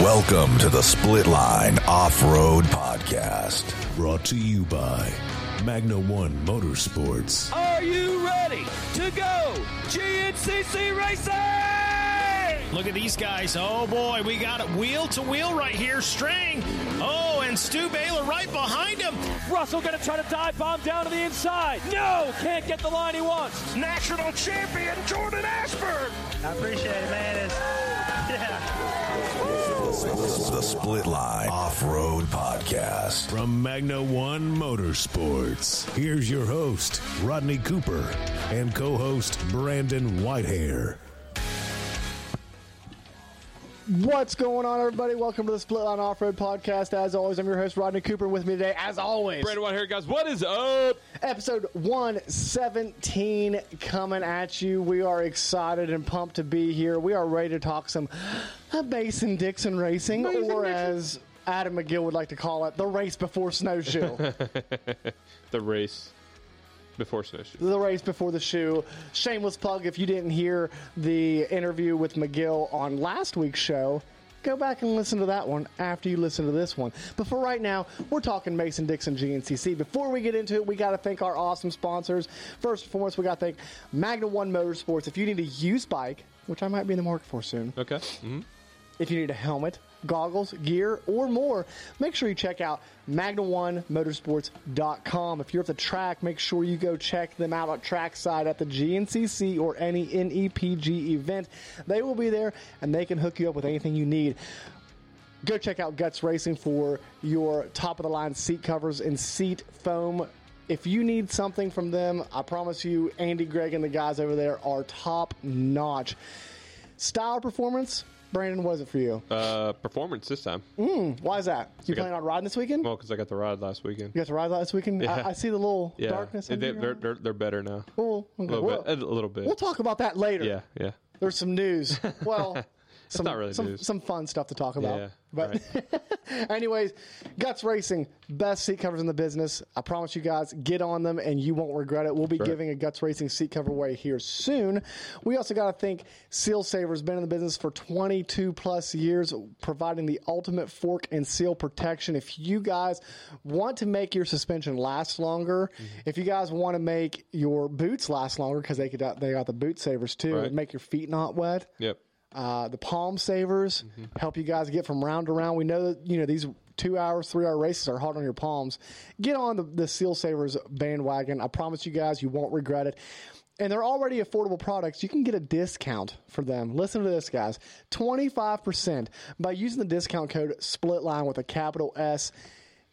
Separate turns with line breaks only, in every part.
Welcome to the Split Line Off Road Podcast, brought to you by Magna One Motorsports.
Are you ready to go GNCC racing?
Look at these guys. Oh boy, we got it wheel to wheel right here. Strang. Oh, and Stu Baylor right behind him.
Russell gonna try to dive bomb down to the inside. No, can't get the line he wants.
National champion Jordan Ashburn.
I appreciate it, man. It's, yeah.
The Split Line Off Road Podcast from Magna One Motorsports. Here's your host, Rodney Cooper, and co host, Brandon Whitehair.
What's going on, everybody? Welcome to the Split Line Off Road Podcast. As always, I'm your host, Rodney Cooper. With me today, as always,
Brandon White here, guys. What is up?
episode 117 coming at you. We are excited and pumped to be here. We are ready to talk some uh, Basin Dixon racing, or as Adam McGill would like to call it, the race before snowshoe.
the race before snowshoe.
the race before the shoe. Shameless plug if you didn't hear the interview with McGill on last week's show, go back and listen to that one after you listen to this one. But for right now, we're talking Mason Dixon GNCC. Before we get into it, we got to thank our awesome sponsors. First and foremost, we got to thank Magna One Motorsports. If you need a used bike, which I might be in the market for soon,
Okay. Mm-hmm.
if you need a helmet, goggles, gear, or more, make sure you check out magna1motorsports.com. If you're at the track, make sure you go check them out at trackside at the GNCC or any NEPG event. They will be there and they can hook you up with anything you need. Go check out Guts Racing for your top of the line seat covers and seat foam. If you need something from them, I promise you, Andy, Greg, and the guys over there are top notch. Style performance, Brandon, was it for you?
Uh, performance this time.
Mm-hmm. Why is that? You
Okay.
planning on riding this weekend?
Well, because I got the ride last weekend.
you got to ride this weekend.
Yeah.
I, I see the little
Yeah.
darkness.
They,
under your
are
eye.
they're, they're better now.
Cool.
A
Okay.
little
Well,
bit. A little bit.
We'll talk about that later.
Yeah. Yeah.
There's some news. Well, some,
not really
some,
news.
some fun stuff to talk about.
Yeah,
But, anyways, Guts Racing, best seat covers in the business. I promise you guys, get on them and you won't regret it. We'll be giving a Guts Racing seat cover away here soon. We also got to thank Seal Saver's been in the business for 22 plus years, providing the ultimate fork and seal protection. If you guys want to make your suspension last longer, if you guys want to make your boots last longer, because they could they got the boot savers too,
Right.
make your feet not wet
Yep.
uh, the palm savers help you guys get from round to round. We know that you know these two hours, three hour races are hard on your palms. Get on the, the seal savers bandwagon. I promise you guys, you won't regret it. And they're already affordable products. You can get a discount for them. Listen to this, guys: twenty five percent by using the discount code SPLITLINE with a capital S.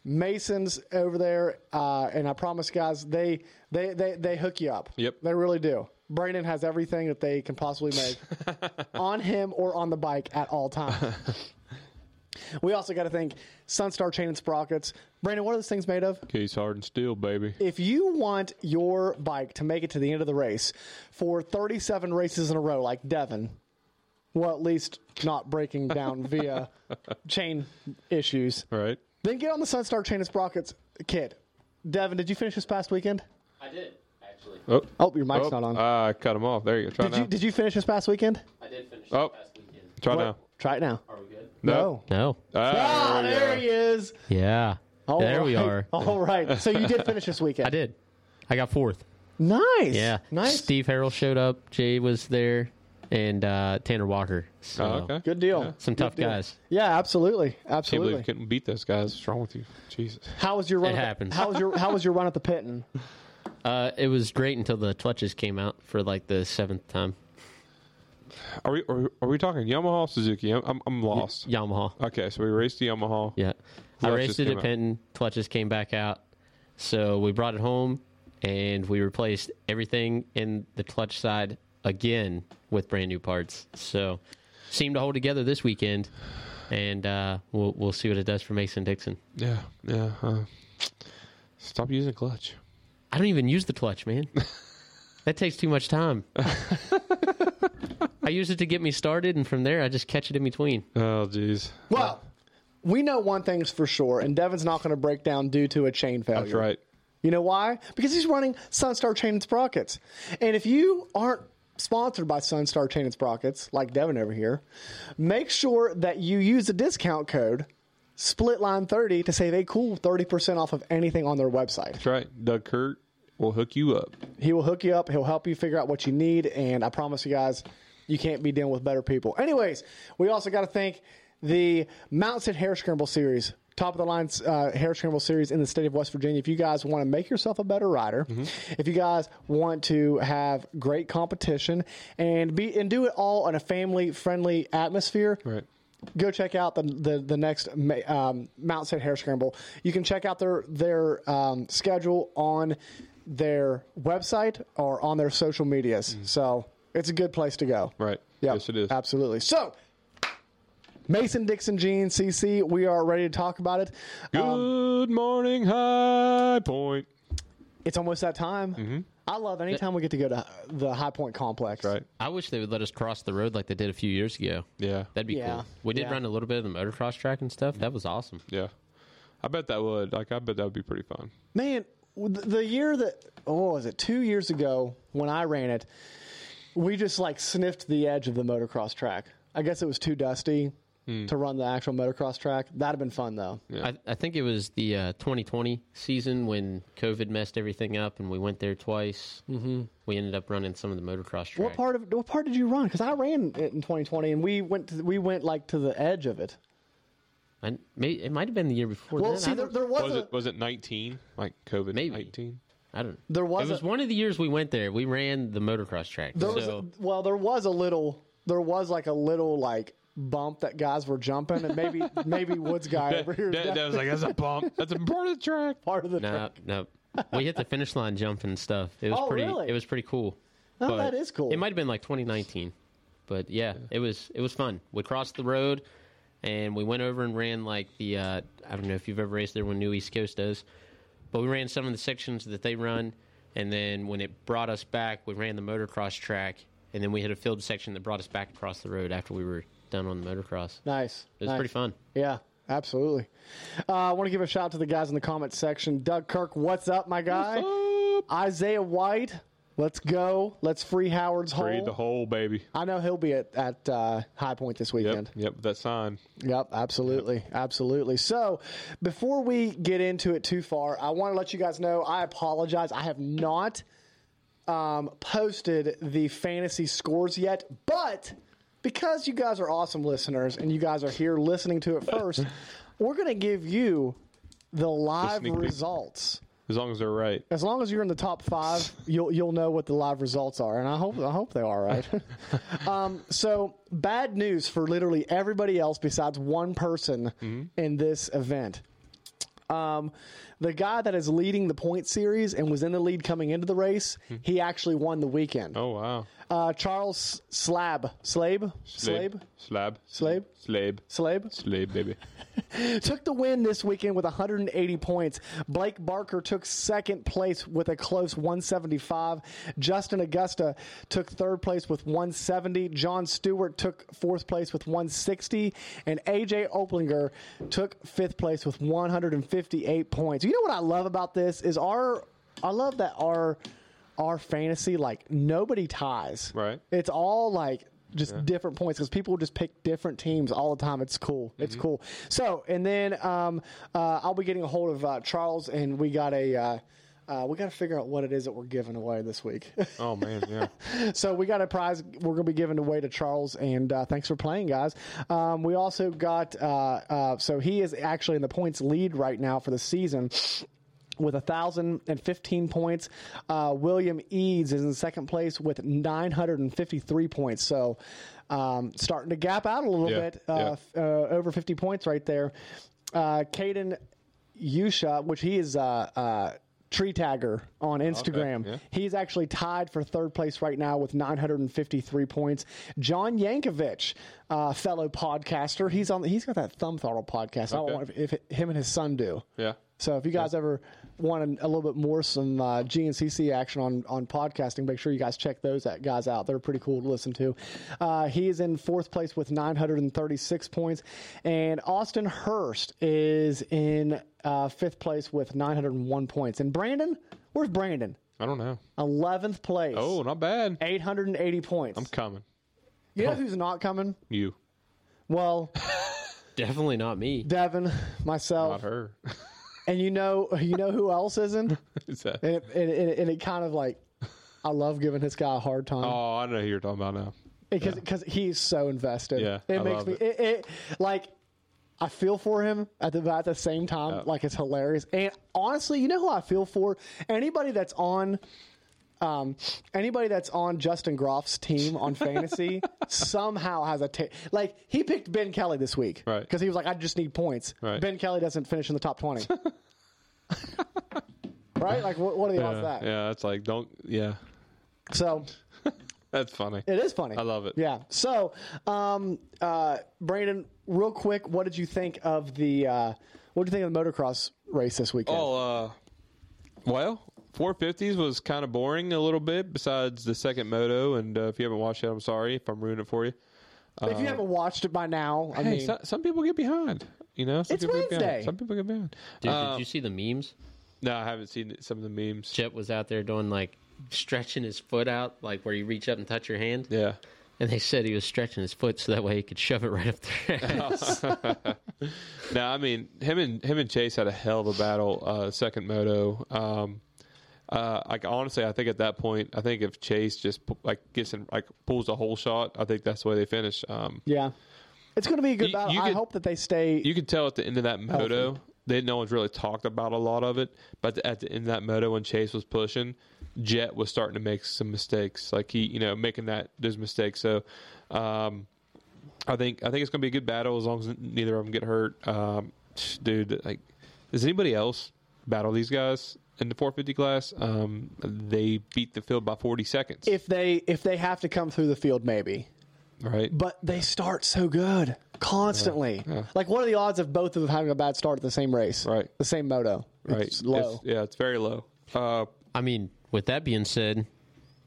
Masons over there, uh, and I promise, guys, they they they they hook you up.
Yep.
they really do. Brandon has everything that they can possibly make on him or on the bike at all times. we also got to thank Sunstar Chain and Sprockets. Brandon, what are those things made of?
Case hard and steel, baby.
If you want your bike to make it to the end of the race for 37 races in a row, like Devin, well, at least not breaking down via chain issues,
All right.
then get on the Sunstar Chain and Sprockets kit. Devin, did you finish this past weekend?
I did, actually.
Oh.
Oh, your mic's
Oh,
not on.
Ah, I cut him off. There you go. Try
did
now.
you did you finish this past weekend?
I did finish
Oh.
the past weekend.
Try
What?
now.
Try it now.
Are we good?
No.
No.
Ah,
Ah, there he is.
Yeah.
Oh,
All
there we
right.
are.
All right. So you did finish this weekend.
I did. I got fourth.
Nice.
Yeah.
Nice.
Steve Harrell showed up. Jay was there, and uh, Tanner Walker. So
Oh, okay.
Good deal.
Some tough guys.
Yeah, absolutely.
Can't believe
Absolutely.
you couldn't beat this, guys. What's wrong with you? Jesus.
How was your run?
It
at the-
happens.
How was your How was your run at the Pitten?
Uh, it was great until the clutches came out for like the seventh time.
Are we are, we- are we talking Yamaha Suzuki? I'm I'm, I'm lost.
Yamaha.
Okay, so we raced the Yamaha.
Yeah. I
Clutches
raced it
came
at
out.
Penton. Clutches came back out. So we brought it home and we replaced everything in the clutch side again with brand new parts. So seemed to hold together this weekend. And uh, we'll, we'll see what it does for Mason Dixon.
Yeah. Yeah. Uh, stop using clutch.
I don't even use the clutch, man. that takes too much time. I use it to get me started, and from there, I just catch it in between.
Oh, jeez.
Well, we know one thing's for sure, and Devin's not going to break down due to a chain failure.
That's right.
You know why? Because he's running Sunstar chain and sprockets, and if you aren't sponsored by Sunstar Chain and Sprockets, like Devin over here, make sure that you use the discount code SPLITLINE30 to save a cool 30% off of anything on their website.
That's right. Doug Kurt will hook you up.
He will hook you up. He'll help you figure out what you need. And I promise you guys, you can't be dealing with better people. Anyways, we also got to thank the Mounts and Hair Scramble Series. Top of the line uh, hair scramble series in the state of West Virginia. If you guys want to make yourself a better rider, if you guys want to have great competition and be and do it all in a family friendly atmosphere,
Right.
go check out the the, the next ma- um, Mount Saint Hair Scramble. You can check out their their um, schedule on their website or on their social medias. So it's a good place to go.
Mm-hmm. Right.
Yeah.
Yes, it is.
Absolutely. So. Mason Dixon Gene CC, we are ready to talk about it. Um,
Good morning, High Point.
it's almost that time. I love anytime we get to go to the High Point Complex.
Mm-hmm. Right.
I wish they would let us cross the road like they did a few years ago.
Yeah.
That'd be
Yeah.
cool. We did
Yeah.
run a little bit of the motocross track and stuff. That was awesome.
Yeah. I bet that would. Like, I bet that would be pretty fun.
Man, th- the year that, oh, was it two years ago when I ran it, we just like sniffed the edge of the motocross track. I guess it was too dusty
Hmm.
to run the actual motocross track. That'd have been fun though.
I, I think it was the uh, 2020 season when COVID messed everything up, and we went there twice. Mm-hmm. We ended up running some of the motocross track.
What part of what part did you run? Because I ran it in 2020, and we went to, we went like to the edge of it.
I, may, it might have been the year before.
Well,
then.
see,
I
there,
don't,
there was,
Was
a,
it was it 19? Like COVID
Maybe.
19?
I don't.
there was,
It was
a,
one of the years we went there. We ran the motocross track.
there
so
was a, well there was a little there was like a little like bump that guys were jumping, and maybe maybe Woods guy over here
That, that was like, that's a bump. That's a part of the track.
part of the
no,
track.
no, we hit the finish line jump and stuff. It was
Oh,
pretty.
really?
It was pretty cool.
Oh,
But
that is cool.
It might have been like 2019, but yeah, it was it was fun. We crossed the road, and we went over and ran like the uh, I don't know if you've ever raced there when New East Coast does, but we ran some of the sections that they run, and then when it brought us back, we ran the motocross track, and then we hit a field section that brought us back across the road after we were done on the motocross.
nice.
It was
nice.
pretty fun.
Yeah, absolutely. Uh, I want to give a shout out to the guys in the comment section. Doug Kirk, what's up, my guy? Isaiah White, let's go. Let's free Howard's
Read
hole.
the whole baby.
I know he'll be at, at uh, High Point this
Yep.
weekend.
Yep. That sign.
Yep, absolutely. Absolutely. So, before we get into it too far, I want to let you guys know I apologize. I have not um, posted the fantasy scores yet, but because you guys are awesome listeners and you guys are here listening to it first, we're going to give you the live
Listening peek.
results.
As long as they're right.
As long as you're in the top five, you'll you'll know what the live results are, and I hope I hope they are right. um, so bad news for literally everybody else besides one person in this event. Um, the guy that is leading the point series and was in the lead coming into the race, he actually won the weekend.
Oh, wow.
Uh, Charles Slab, Slab, Slab,
Slab.
Slab?
Slab.
Slab,
Slab, baby.
took the win this weekend with 180 points. Blake Barker took second place with a close 175. Justin Augusta took third place with 170. John Stewart took fourth place with 160. And AJ Oplinger took fifth place with 158 points. You know what I love about this is our, I love that our, our fantasy, like nobody ties.
Right.
It's all like just different points because people just pick different teams all the time. It's cool. It's cool. So and then um, uh, I'll be getting a hold of uh, Charles and we got a. Uh, uh, we got to figure out what it is that we're giving away this week.
Oh, man. Yeah.
so we got a prize we're going to be giving away to Charles, and uh, thanks for playing, guys. Um, we also got uh, uh, so he is actually in the points lead right now for the season with 1,015 points. Uh, William Eads is in second place with 953 points. So um, starting to gap out a little
Yeah,
bit, uh,
yeah.
f- uh, over 50 points right there. Uh, Caden Yusha, which he is. Uh, uh, Tree Tagger on Instagram.
yeah.
He's actually tied for third place right now with 953 points. John Yankovic, uh, fellow podcaster, he's on. He's got that Thumb Throttle podcast. I don't
Okay.
know if, if him and his son do.
Yeah.
So if you guys ever want a, a little bit more some uh, GNCC action on on podcasting, make sure you guys check those at, guys out. They're pretty cool to listen to. Uh, he is in fourth place with 936 points, and Austin Hurst is in uh, fifth place with 901 points. And Brandon, where's Brandon?
I don't know.
11th place.
Oh, not bad.
880 points.
I'm oh. coming.
you know who's not coming?
You,
Well,
Definitely not me.
Devin,
not
myself,
her.
and you know you know who else isn't?
Is that?
And it, and, it, and, it, and it kind of like, I love giving this guy a hard time.
Oh, I know who you're talking about now.
because because he's so invested.
Yeah,
it
I
makes
love
me
it.
it. It, like I feel for him at the but at the same time
Yeah.
like it's hilarious. And honestly, you know who I feel for? Anybody that's on. Um, anybody that's on Justin Groff's team on fantasy somehow has a ta- like he picked Ben Kelly this week
Right.
because he was like I just need points.
Right.
Ben Kelly doesn't finish in the top twenty, right? Like what, what are the odds of
Yeah,
that?
yeah, that's like don't. Yeah,
So
that's funny.
It is funny.
I love it.
Yeah. So, um, uh, Brandon, real quick, what did you think of the uh, what did you think of the motocross race this weekend?
Oh, uh, well, 450s was kind of boring a little bit. Besides the second moto, and uh, if you haven't watched it, I'm sorry if I'm ruining it for you.
if you haven't watched it by now, I
uh, hey,
mean,
so, some people get behind. You know, some
It's
people Get
Wednesday.
behind. Some people get behind.
Dude,
Uh,
did you see the memes?
no, I haven't seen some of the memes.
Jet was out there doing like stretching his foot out, like where you reach up and touch your hand.
Yeah,
And they said he was stretching his foot so that way he could shove it right up their ass.
no, I mean him and him and Chase had a hell of a battle. Uh, second moto. Um, uh, like honestly, I think at that point, I think if Chase just pu- like gets in, like pulls a whole shot, I think that's the way they finish. Um,
yeah, it's going to be a good
You-
battle.
you
I
could-
hope that they stay.
you could tell at the end of that moto that no one's really talked about a lot of it but at the end of that moto when chase was pushing jet was starting to make some mistakes like he you know making that those mistakes so um i think i think it's gonna be a good battle as long as neither of them get hurt um dude like does anybody else battle these guys in the 450 class um they beat the field by 40 seconds
if they if they have to come through the field, maybe.
right
But they start so good constantly. Like, what are the odds of both of them having a bad start at the same race?
Right.
The same moto.
right
It's low.
yeah it's very low uh
I mean, with that being said,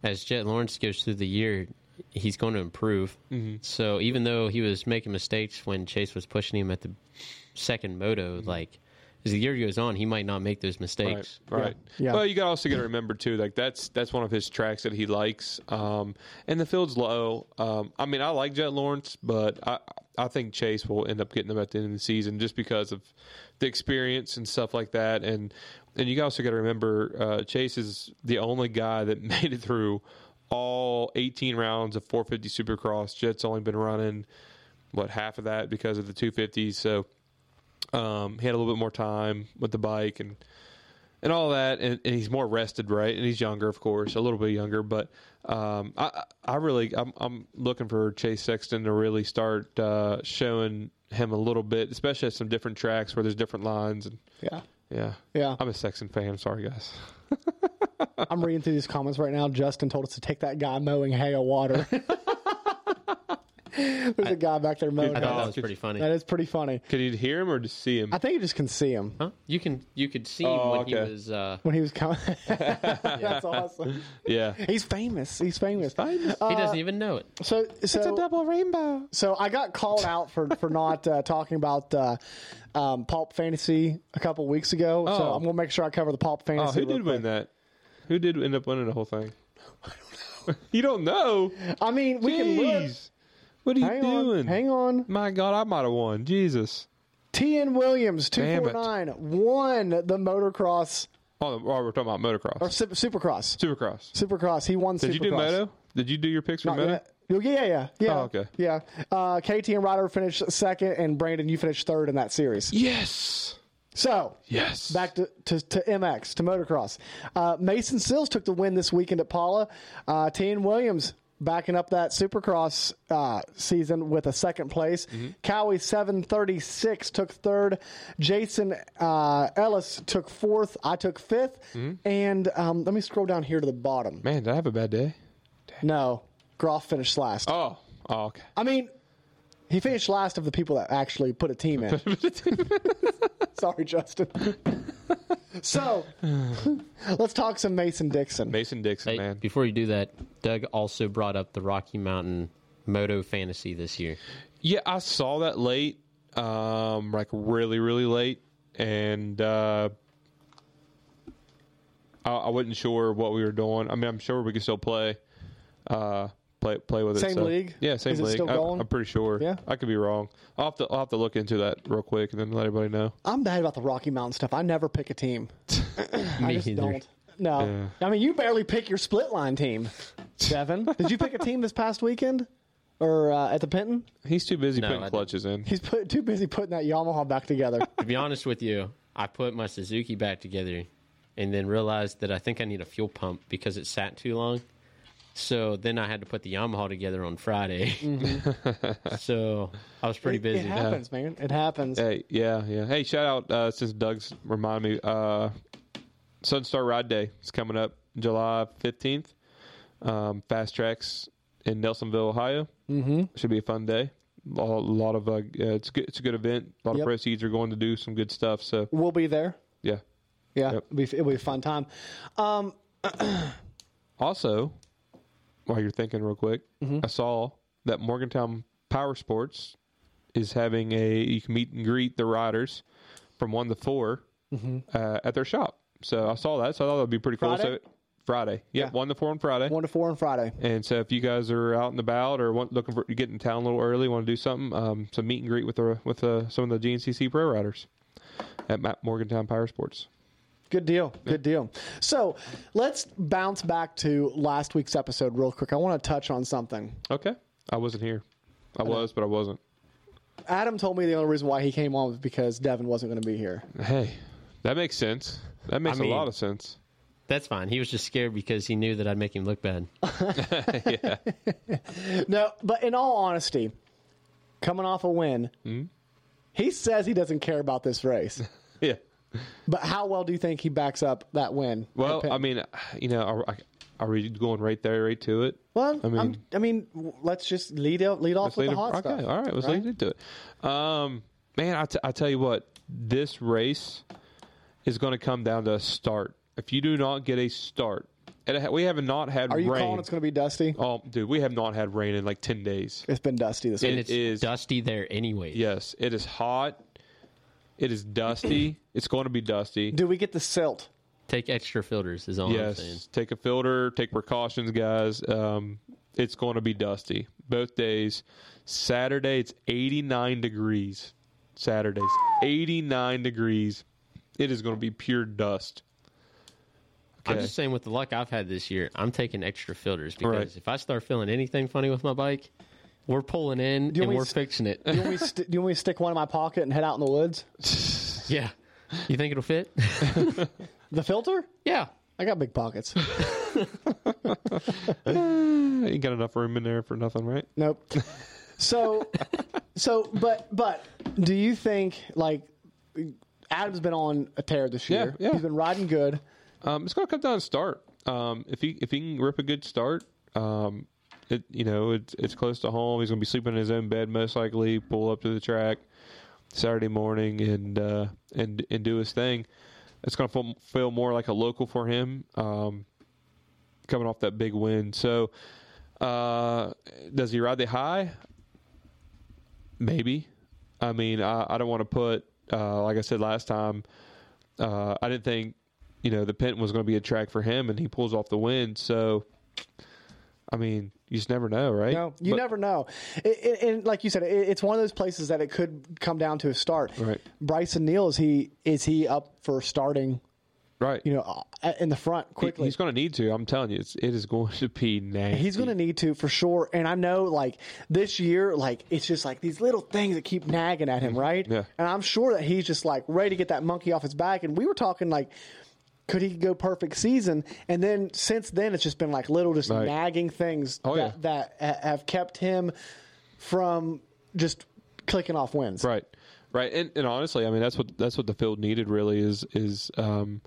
as Jet Lawrence goes through the year, he's going to improve.
Mm-hmm.
So even though he was making mistakes when Chase was pushing him at the second moto,
Mm-hmm.
like as the year goes on, he might not make those mistakes.
Right. right.
Yeah.
Well, you got also got to remember too, like that's that's one of his tracks that he likes. Um, and the field's low. Um, I mean, I like Jet Lawrence, but I I think Chase will end up getting them at the end of the season just because of the experience and stuff like that. And and you also got to remember uh, Chase is the only guy that made it through all 18 rounds of 450 Supercross. Jet's only been running what half of that because of the 250s. So. Um, he had a little bit more time with the bike and and all that, and, and he's more rested, right? And he's younger, of course, a little bit younger. But um, I, I really, I'm, I'm looking for Chase Sexton to really start uh, showing him a little bit, especially at some different tracks where there's different lines. And
Yeah.
yeah,
Yeah.
I'm a Sexton fan. I'm sorry, guys.
I'm reading through these comments right now. Justin told us to take that guy mowing hay of water. There's a guy back there mowing.
I
Oh,
thought
hay.
that was pretty funny.
That is pretty funny.
Could you hear him or just see him?
I think you just can see him
Huh? You can you could see him
Oh,
when
okay.
he was uh,
when he was coming. That's awesome.
yeah,
He's famous. He's famous.
he
uh,
doesn't even know it.
So, so,
double rainbow.
so I got called out for for not uh, talking about uh, um, pulp fantasy a couple weeks ago. So
Oh.
I'm gonna make sure I cover the pulp
Oh,
fantasy.
who
real
did win that? Who did end up winning the whole thing? you don't know.
quick. I mean, we can look.
Jeez. What are you
Hang
doing?
on, hang on.
My God, I might have won. Jesus.
T.N. Williams two
Damn
four
it.
nine won the motocross
Oh, the- oh, we're talking about motocross.
or su- supercross.
Supercross.
Supercross. He won.
Did you do
Supercross.
moto? Did you do your picks
Not
for moto?
yet. Yeah, yeah, yeah, yeah.
Oh, okay.
Yeah, uh, KT and Ryder finished second, and Brandon, you finished third in that series.
Yes.
So
Yes.
back to, to, to MX to motocross. Uh, Mason Sills took the win this weekend at Paula. Uh, Tian Williams backing up that Supercross uh, season with a second place.
Mm-hmm.
Cowie seven thirty six took third. Jason uh, Ellis took fourth. I took 5th
Mm-hmm.
And um, let me scroll down here to the bottom.
Man, did I have a bad day?
No, Groff finished last.
Oh. Oh, okay.
I mean, he finished last of the people that actually put a team in. Sorry, Justin. so, let's talk some Mason Dixon.
Mason Dixon,
Hey,
man.
before you do that, Doug also brought up the Rocky Mountain Moto Fantasy this year.
Yeah, I saw that late. Um, like really, really late. And uh I, I wasn't sure what we were doing. I mean, I'm sure we could still play, uh, play play with it.
Same
so-
league?
yeah, same
Is it
league.
still
I,
going?
I'm pretty sure.
Yeah.
I could be wrong. I'll have to I'll have to look into that real quick and then let everybody know.
I'm bad about the Rocky Mountain stuff. I never pick a team. I
Me
just
either.
don't. No, I mean you barely pick your split line team. Devin, did you pick a team this past weekend or uh, at the Penton?
He's too busy
No, I
putting
didn't.
clutches in.
He's put, too busy putting that Yamaha back together.
To be honest with you, I put my Suzuki back together and then realized that I think I need a fuel pump because it sat too long. So then I had to put the Yamaha together on Friday.
Mm-hmm.
so I was pretty
It-
busy.
It happens, man. It happens.
Hey, yeah, yeah. Hey, shout out uh, since Doug's reminded me. Uh, Sunstar Ride Day is coming up July fifteenth. Um, fast tracks in Nelsonville, Ohio. Mm-hmm. Should be a fun day. A lot of uh, yeah, it's good. It's a good event. A lot
Yep.
of proceeds are going to do some good stuff. So
We'll be there.
yeah.
Yeah,
Yep.
it'll, be, it'll be a fun time. Um,
Also, while you're thinking real quick,
Mm-hmm.
I saw that Morgantown Power Sports is having a you can meet and greet the riders from one to 4 uh, at their shop. So I saw that. So I thought that'd be pretty cool.
Mm-hmm. Friday?
So Friday, yeah,
Yeah.
one to four on Friday.
one to four on Friday.
And so if you guys are out and about or want, looking for you get in town a little early, want to do something, um, some meet and greet with the, with uh some of the GNCC pro riders at Ma- Morgantown Power Sports.
Good deal. Good deal. So let's bounce back to last week's episode real quick. I want to touch on something.
Okay, I wasn't here. I was, but I wasn't.
Adam told me the only reason why he came on was because Devin wasn't going to be here.
Hey, that makes sense. That makes
mean-
a lot of sense.
That's fine. He was just scared because he knew that I'd make him look bad.
No, but in all honesty, coming off a win, he says he doesn't care about this race.
Yeah.
but how well do you think he backs up that win?
Well,
Okay.
I mean, you know, are, I- are we going right there, right to it?
well,
I
I
mean-
mean, I'm, I mean, w- let's just lead out, lead off
Let's
with
lead
the hot
okay,
stuff.
all right, let's
right?
lead into it. Um, man, I, t- I tell you what, this race is going to come down to a start. If you do not get a start, and ha- we have not had
Are you
rain.
calling it's going to be dusty?
oh, dude, we have not had rain in like ten days.
It's been dusty this
And
week.
It
it's
is-
dusty there anyway.
Yes, it is hot. It is dusty. it's going to be dusty.
Do we get the silt?
Take extra filters is all I'm saying.
Yes, take a filter, take precautions, guys. Um, it's going to be dusty both days. Saturday, it's 89 degrees. Saturdays, 89 degrees. It is going to be pure dust.
I'm just saying with the luck I've had this year, I'm taking extra filters because
Right.
if I start feeling anything funny with my bike, we're pulling in
you
and
want me
we're
to-
fixing it.
Do you, want me to st- do you want me to stick one in my pocket and head out in the woods?
yeah. You think it'll fit?
The filter?
yeah.
I got big pockets.
Ain't got enough room in there for nothing, right?
Nope. So, so, but, but, do you think like Adam's been on a tear this
Yeah,
year?
yeah.
He's been riding good.
Um, it's going to come down to start. Um, if he if he can rip a good start, um, it you know it's it's close to home. He's going to be sleeping in his own bed most likely. Pull up to the track Saturday morning and uh, and and do his thing. It's going to feel, feel more like a local for him. Um, coming off that big win, so uh, does he ride the high? Maybe. I mean, I, I don't want to put uh, like I said last time. Uh, I didn't think you know, the Penton was going to be a track for him, and he pulls off the win. So, I mean, you just never know, right?
No, you
But-
never know. It, it, and like you said, it, it's one of those places that it could come down to a start.
Right.
Bryson Neal is he is he up for starting?
right?
You know, uh, in the front
He-
quickly.
he's going to need to. I'm telling you, it's, it is going to be nasty.
He's going to need to for sure. And I know, like, this year, like, it's just like these little things that keep nagging at him, right?
Yeah.
And I'm sure that he's just like ready to get that monkey off his back. And we were talking, like, could he go perfect season? And then since then, it's just been like little, just
Right.
nagging things
Oh,
that, that ha- have kept him from just clicking off wins.
Right. Right. And and honestly, I mean that's what that's what the field needed really is is um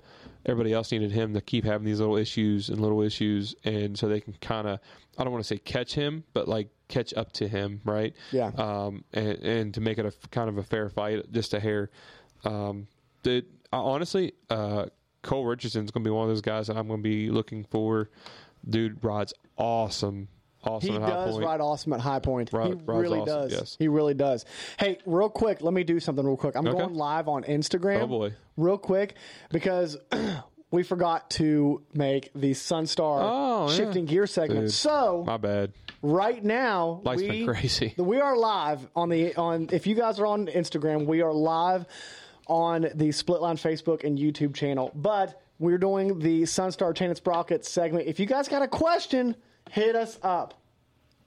everybody else needed him to keep having these little issues and little issues and so they can kinda I don't want to say catch him, but like catch up to him, right?
Yeah.
Um and, and to make it a f- kind of a fair fight, just a hair. Um the I honestly, uh Cole Richardson's gonna be one of those guys that I'm gonna be looking for. Dude rides awesome. Awesome
He
at high
does
point.
ride awesome at High Point.
Rod-
he
Rod's
really
awesome,
does.
yes.
He really does. Hey, real quick, let me do something real quick. I'm
Okay.
going live on Instagram.
Oh, boy.
Real quick, because we forgot to make the Sunstar
Oh, yeah.
shifting gear segment.
Dude.
So
My bad.
right now
Life's
we,
been crazy.
we are live on the on if you guys are on instagram we are live on the splitline facebook and youtube channel but we're doing the sunstar chain and sprocket segment if you guys got a question hit us up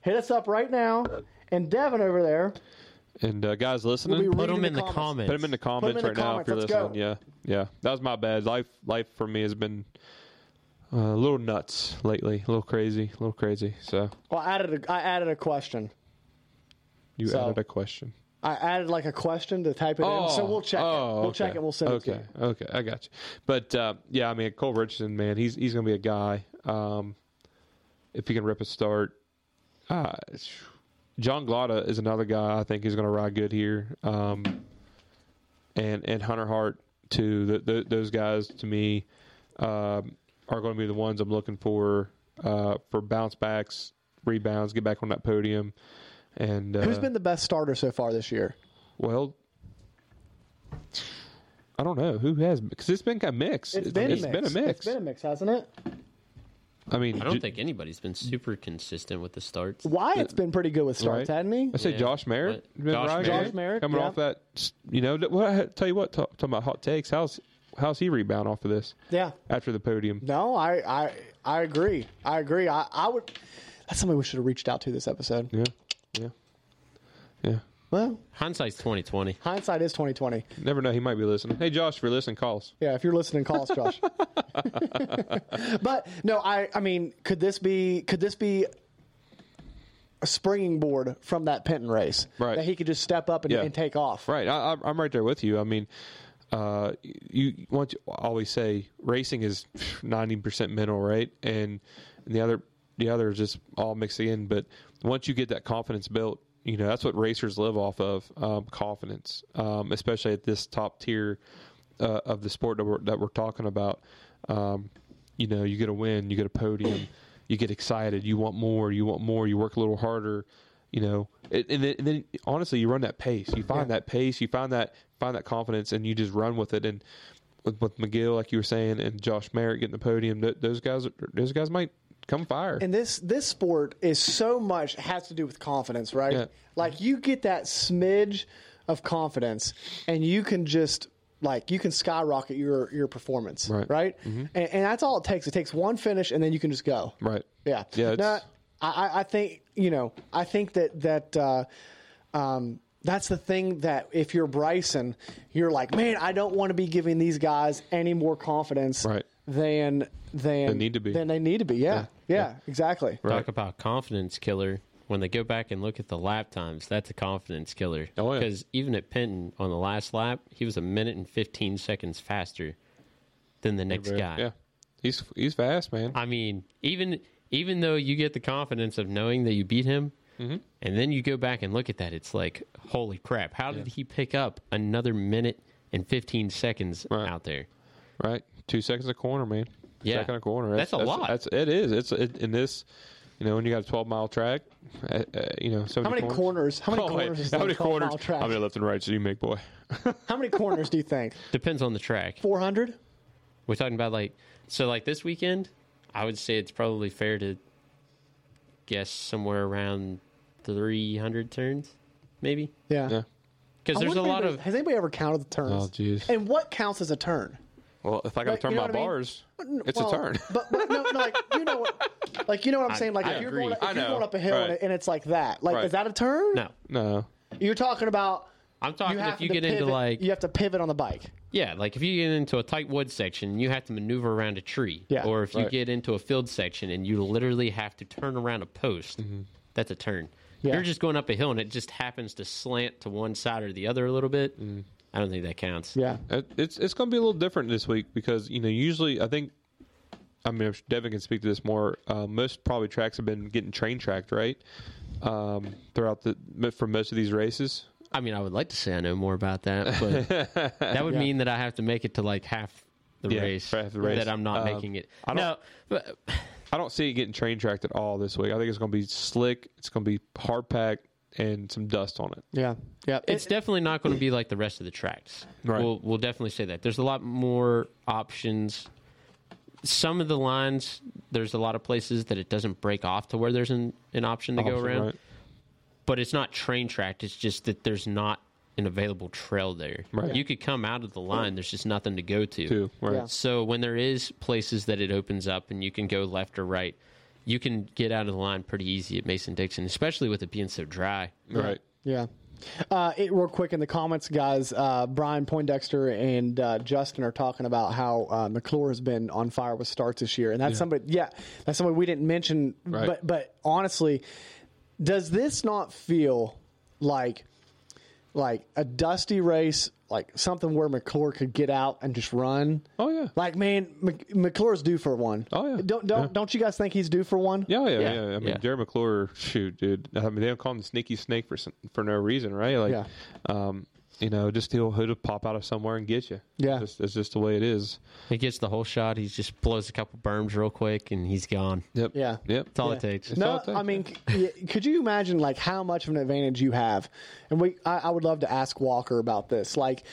hit us up right now and devin over there
And uh, guys listening,
will be
Put
reading
them in the
comments.
comments.
Put them in the comments
the
right now if you're
comments.
listening.
Let's
Yeah, yeah. That was my bad. Life, life for me has been uh, a little nuts lately. A little crazy. A little crazy. So
well i added a, I added a question
you
So-
added a question.
i added like a question to type it in so we'll check
oh,
it we'll
okay.
check it we'll send
okay.
it to you
Okay, I got you. But uh, yeah, I mean Cole Richardson, man, he's he's gonna be a guy. Um, if he can rip a start, uh, John Glotta is another guy I think is gonna ride good here. Um, and and Hunter Hart too. Th th those guys to me um, are going to be the ones I'm looking for uh, for bounce backs, rebounds, get back on that podium. And uh,
who's been the best starter so far this year
well, I don't know who has because it's been kind of mixed.
it's been a mix hasn't it
I mean,
I don't
Ju-
think anybody's been super consistent with the starts.
Wyatt's been pretty good with starts,
Uh, right.
hasn't he?
I say
Yeah.
Josh Merritt.
But-
been
Josh
riding
Merritt.
good.
Josh Merritt,
coming
yeah.
off that. You know, th- well, I tell you what, talk, talking about hot takes. How's how's he rebound off of this
Yeah.
after the podium?
No, I I I agree. I agree. I, I would. That's somebody we should have reached out to this episode.
Yeah, yeah, yeah.
Well,
Hindsight's twenty twenty.
hindsight is twenty twenty.
Never know. He might be listening. Hey, Josh, if you're listening, call us.
Yeah, if you're listening, call us, Josh. but no, I I mean, could this be could this be a springing board from that Penton race
Right.
that he could just step up and,
Yeah.
and take off?
Right, I, I'm- I'm right there with you. I mean, uh, you want to always say racing is 90% mental, right? And the other the other is just all mixed in. But once you get that confidence built, you know that's what racers live off of um, confidence, um, especially at this top tier uh, of the sport that we're that we're talking about. Um, you know, you get a win, you get a podium, you get excited, you want more, you want more, you work a little harder, you know, and, and, then, and then honestly, you run that pace, you find that pace, you find that find that confidence, and you just run with it. And with, with McGill, like you were saying, and Josh Merritt getting the podium, th- those guys, are- those guys might come fire.
And this this sport is so much has to do with confidence, right?
Yeah.
Like you get that smidge of confidence, and you can just like you can skyrocket your your performance,
Right. Mm-hmm.
And, and that's all it takes. It takes one finish, and then you can just go.
right?
Yeah.
Yeah.
No,
It's,
I, I- I think you know. I think that that uh, um, that's the thing that if you're Bryson, you're like, man, I don't want to be giving these guys any more confidence
Right.
than than
They need to be.
than they need to be. Yeah. Yeah. exactly.
Talk about confidence killer. When they go back and look at the lap times, that's a confidence killer.
Oh, yeah.
Because even at Penton on the last lap, he was a minute and 15 seconds faster than the next guy.
yeah. He's he's fast, man.
I mean, even even though you get the confidence of knowing that you beat him,
Mm-hmm.
and then you go back and look at that, it's like, holy crap! How did he pick up another minute and fifteen seconds
Right.
out there?
Right, two seconds a corner, man.
Yeah.
second a corner.
That's a lot.
That's it is. It's it, in this. You know, when you got a twelve mile track, uh, uh, you know, so
How many corners? How many
Oh, wait.
corners? is
How
the
many
12 mile
corners?
track?
How many left and rights do you make, boy?
How many corners do you think?
Depends on the track.
Four hundred.
We're talking about like so like this weekend, I would say it's probably fair to guess somewhere around three hundred turns, maybe.
Yeah.
Yeah.
Because
I
there's
wonder
a
if
lot
anybody-
of
has anybody ever counted the turns?
Oh, jeez.
And what counts as a turn?
Well, if I got to
But
turn
you know
my
what I mean?
bars, it's
Well,
a turn.
but, but no, no, like you know what, like you know what I'm saying. Like
I
if you're
agree.
going, if
I
you're
know.
going up a hill and,
Right.
it, and it's like that, like
Right.
is that a turn?
no.
no,
You're talking about.
I'm talking
have
if you
to
get into
pivot-
like
you have to pivot on the bike.
Yeah, like if you get into a tight wood section, you have to maneuver around a tree.
Yeah.
Or if you
Right.
get into a field section and you literally have to turn around a post,
Mm-hmm.
that's a turn.
Yeah.
You're just going up a hill and it just happens to slant to one side or the other a little bit.
Mm-hmm.
I don't think that counts.
Yeah,
It- it's it's going to be a little different this week because you know usually I think, I mean, if Devin can speak to this more. Uh, most probably tracks have been getting train tracked right um, throughout the for most of these races.
I mean, I would like to say I know more about that, but that would mean that I have to make it to like half the,
Yeah,
race,
half the race.
that I'm not
Um,
making it.
I don't-
no, but
I don't see it getting train tracked at all this week. I think it's going to be slick. It's going to be hard packed and some dust on it.
yeah, yeah.
it's definitely not going to be like the rest of the tracks.
Right.
We'll, we'll definitely say that. There's a lot more options some of the lines, there's a lot of places that it doesn't break off to where there's an, an option to go
Option,
around.
right.
But it's not train tracked. It's just that there's not an available trail there.
Right.
You could come out of the line. There's just nothing to go to.
too. Right.
Yeah.
So when there is places that it opens up and you can go left or right, you can get out of the line pretty easy at Mason Dixon, especially with it being so dry.
Right.
Yeah. Uh, it, real quick in the comments, guys. Uh, Brian Poindexter and uh, Justin are talking about how uh, McClure has been on fire with starts this year, and that's somebody. Yeah, that's somebody we didn't mention.
Right.
But but honestly, does this not feel like like a dusty race, like something where McClure could get out and just run?
Oh yeah.
Like man, Mc, McClure's due for one.
Oh, yeah.
Don't don't
Yeah.
don't you guys think he's due for one?
Yeah, yeah,
Yeah,
yeah. I mean,
yeah.
Jerry McClure, shoot, dude. I mean, they don't call him the sneaky snake for some, for no reason, right? Like,
Yeah.
um, you know, just he'll he'll pop out of somewhere and get you.
Yeah.
It's, it's just the way it is.
He gets the whole shot. He just blows a couple berms real quick and he's gone.
Yep.
Yeah.
Yep.
That's all
Yeah.
it takes.
all
No,
it takes,
I mean, c- yeah, could you imagine like how much of an advantage you have? And we, I, I would love to ask Walker about this, like,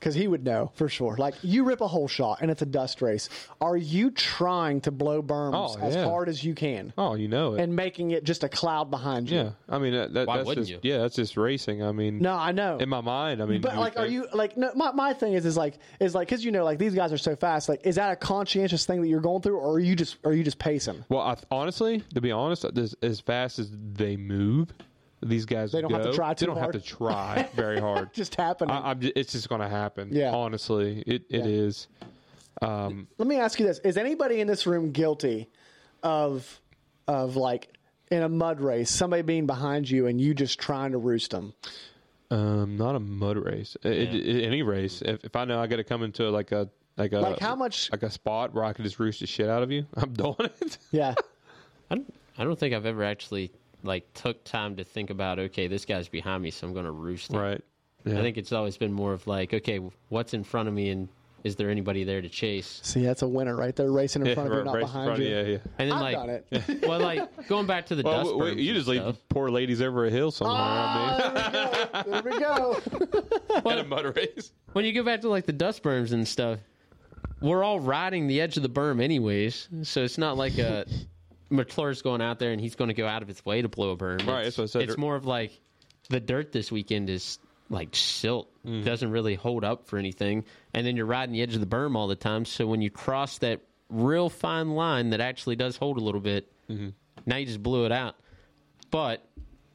because he would know for sure. Like, you rip a hole shot and it's a dust race. Are you trying to blow berms
Oh,
as
yeah.
hard as you can
Oh, you know it.
and making it just a cloud behind you?
yeah. I mean, that, that,
Why
that's
wouldn't
just,
you?
yeah, that's just racing. I mean,
No, I know.
in my mind, I mean,
But
would
like, are
think-
you like? No, my, my thing is is like is like because you know like these guys are so fast. Like, is that a conscientious thing that you're going through, or are you just are you just pacing?
Well, I, honestly, to be honest, as, as fast as they move, these guys
They don't have to
go,
try
They
too
don't
hard.
have to try very hard.
Just happening.
I, I'm ju- it's just going to happen.
Yeah.
Honestly, it,
Yeah.
it is.
Let me ask you this: Is anybody in this room guilty of of like in a mud race, somebody being behind you and you just trying to roost them?
Um, not a mud race. I- it- it- any race. If, if I know I got to come into like a like a
Like, how much-
like a spot where I could just roost the shit out of you, I'm doing it.
Yeah,
I don't, I don't think I've ever actually like took time to think about, okay, this guy's behind me, so I'm going to roost him.
right. Yeah.
I think it's always been more of like, okay, what's in front of me and is there anybody there to chase?
see, that's a winner right there, racing in
yeah,
front of you,
right-
not
race in
behind
front of
you.
you, Yeah, yeah.
And then
I've
like,
done it.
well, like going back to the
Well,
dust.
w- w-
berms
you
and
just leave
stuff.
poor ladies over a hill somewhere. I mean,
Ah, there we go. There we go.
at a mud race.
when you go back to like the dust berms and stuff, we're all riding the edge of the berm anyways, so it's not like a McClure's going out there and he's going to go out of his way to blow a berm.
Right,
it's,
that's what I said.
It's more of like the dirt this weekend is like silt,
Mm-hmm.
doesn't really hold up for anything, and then you're riding the edge of the berm all the time. So when you cross that real fine line that actually does hold a little bit,
Mm-hmm.
now you just blew it out. But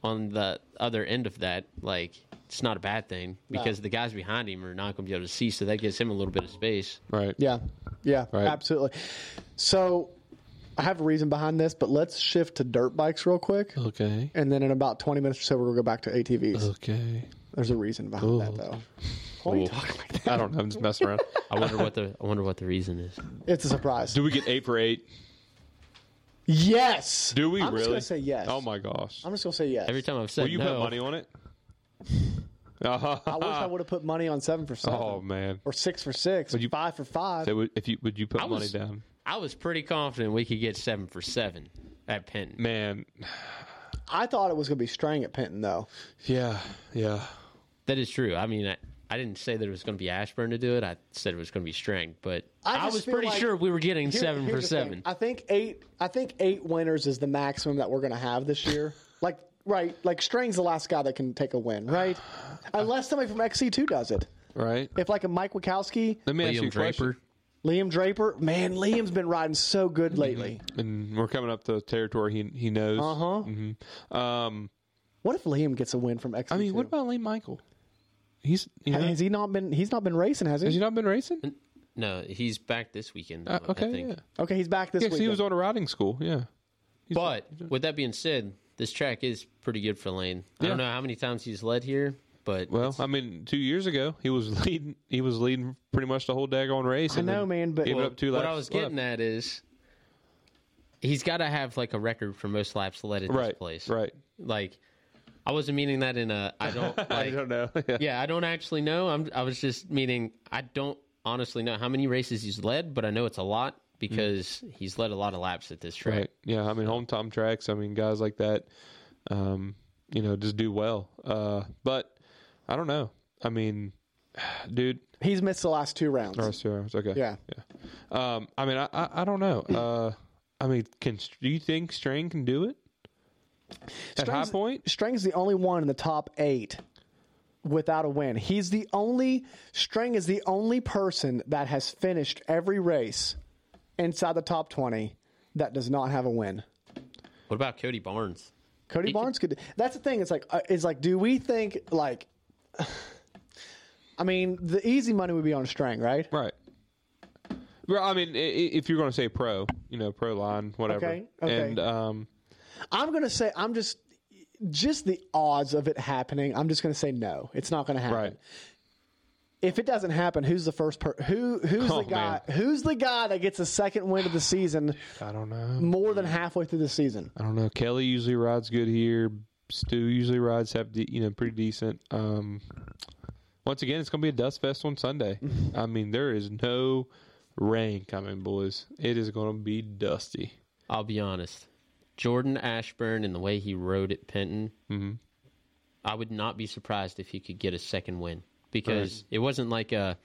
on the other end of that, like it's not a bad thing because the guys behind him are not going to be able to see, so that gives him a little bit of space.
Right.
Yeah, yeah,
Right.
absolutely. So, I have a reason behind this, but let's shift to dirt bikes real quick,
Okay.
and then in about twenty minutes or so, we'll go back to ATVs.
Okay.
There's a reason behind that, though. Why are you talking like that?
I don't know. I'm just messing around.
I wonder what the I wonder what the reason is.
It's a surprise.
Do we get eight for eight?
Yes.
Do we
I'm
really?
just gonna say yes.
Oh my gosh.
I'm just gonna say yes.
Every time I've said
Will you
no,
put money on it?
I wish I would have put money on seven for seven,
oh man.
or six for six,
you-
five for five.
So would- if you would you put
I
money
was-
down?
I was pretty confident we could get seven for seven at Penn.
Man.
I thought it was gonna be straying at Penton though.
Yeah. Yeah.
That is true. I mean, I, I didn't say that it was going to be Ashburn to do it. I said it was going to be Strang, but
I
I,
just
was
feel
pretty
like-
sure we were getting
Here-
seven for
here's the thing.
seven.
I think eight. I think eight winners is the maximum that we're gonna have this year. like right, like String's the last guy that can take a win, right? Unless somebody from XC2 does it.
Right.
If like a Mike Wachowski,
Let me ask you a
Liam Draper.
question.
Liam Draper, man, Liam's been riding so good
Mm-hmm.
lately.
And we're coming up to territory he he knows.
Uh huh.
huh. Um.
What if Liam gets a win from XC2?
I mean, what about Lee Michael? He's you know,
Has
has
he not been? He's not been racing, has he?
he not been racing?
No, he's back this weekend.
Uh,
though, I
okay.
think.
Yeah.
Okay, he's back this
Yeah, 'cause
week.
he was on a riding school. Yeah.
But with that being said, this track is pretty good for Lane. I don't
Yeah.
know how many times he's led here, but
Well, I mean, two years ago he was leading. He was leading pretty much the whole daggone race.
I
and
know,
then
man, but
Gave it up two laps.
what I was getting
left.
at is he's got to have like a record for most laps led at this
Right.
place.
Right.
Like I wasn't meaning that in a I don't like
I don't know. yeah.
yeah I don't actually know. I'm I was just meaning I don't honestly know how many races he's led, but I know it's a lot because he's led a lot of laps at this track.
Right. Yeah. I mean, hometown tracks. I mean, guys like that, um, you know, just do well. Uh, but I don't know. I mean, dude,
He's missed the last two rounds.
last two hours. Okay.
Yeah.
Yeah. Um, I mean, I, I, I don't know. Uh, I mean, can do you think Strain can do it at high
Strang's-
point?
Strang's the only one in the top eight without a win. He's the only String is the only person that has finished every race inside the top twenty that does not have a win.
What about Cody Barnes?
Cody Barnes could. That's the thing. It's like uh, it's like. Do we think like? I mean, the easy money would be on Strang, right?
Right. Well, I mean, i- i- if you're going to say pro, you know, pro line, whatever.
Okay, okay.
And um,
I'm gonna say I'm just just the odds of it happening. I'm just gonna say no. It's not gonna happen.
right.
If it doesn't happen, who's the first per who who's
Oh,
the guy
man.
who's the guy that gets a second win of the season
I don't know.
more than halfway through the season?
I don't know. Kelly usually rides good here. Stu usually rides have de- you know pretty decent. Um, once again, it's going to be a dust fest on Sunday. I mean, there is no rain coming, boys. It is going to be dusty.
I'll be honest. Jordan Ashburn and the way he rode at Penton, I would not be surprised if he could get a second win because it wasn't like a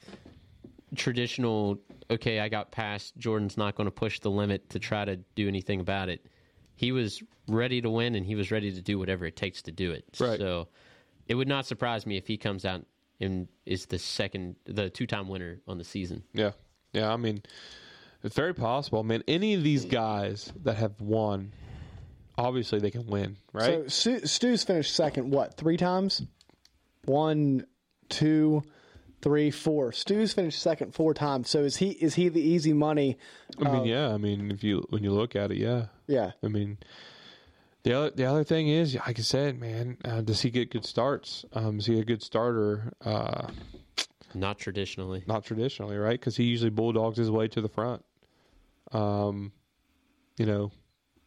traditional, okay, I got past. Jordan's not going to push the limit to try to do anything about it. He was ready to win and he was ready to do whatever it takes to do it.
Right.
So it would not surprise me if he comes out and is the second, the two time winner on the season.
Yeah, yeah. I mean, it's very possible, man. Any of these guys that have won, obviously they can win, right?
So Oh, Stu, Stu's finished second. What three times? One, two, three, four. Stu's finished second four times. So is he is he the easy money?
I mean, yeah. I mean, if you when you look at it, yeah.
um, Yeah.
I mean, the other the other thing is, like I said, man, uh, does he get good starts? Um, is he a good starter? Uh,
Not traditionally.
not traditionally, right? Because he usually bulldogs his way to the front. Um, you know,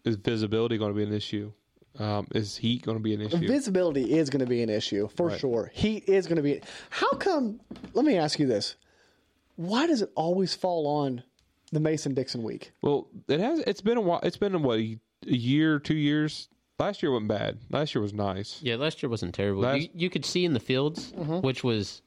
is visibility going to be an issue? Um, is heat going to be an issue?
Visibility is going to be an issue for
Right.
sure. Heat is going to be. How come? Let me ask you this: Why does it always fall on the Mason Dixon week?
well, it has. It's been a while. It's been what a year, two years. Last year wasn't bad. Last year was nice.
Yeah, last year wasn't terrible.
Last- Mm-hmm.
You, you could see in the fields, which was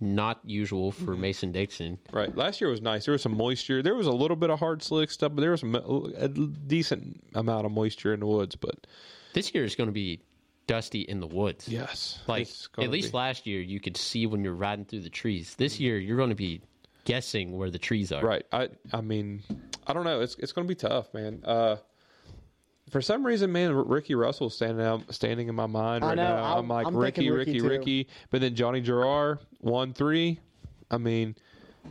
not usual for Mason Dixon.
Right. Last year was nice. There was some moisture. There was a little bit of hard slick stuff, but there was some, a decent amount of moisture in the woods. But
This year is going to be dusty in the woods.
yes,
Like,
it's gonna
at least
be-
last year, you could see when you're riding through the trees. This year, you're going to be guessing where the trees are.
right. I I mean, I don't know. It's it's going to be tough, man. Uh, for some reason, man, R- Ricky Russell's standing out, standing in my mind
I
right
know.
now.
I'm-
I'm like
I'm
Ricky,
thinking Ricky,
Ricky,
too.
Ricky. But then Johnny Gerard one three. I mean,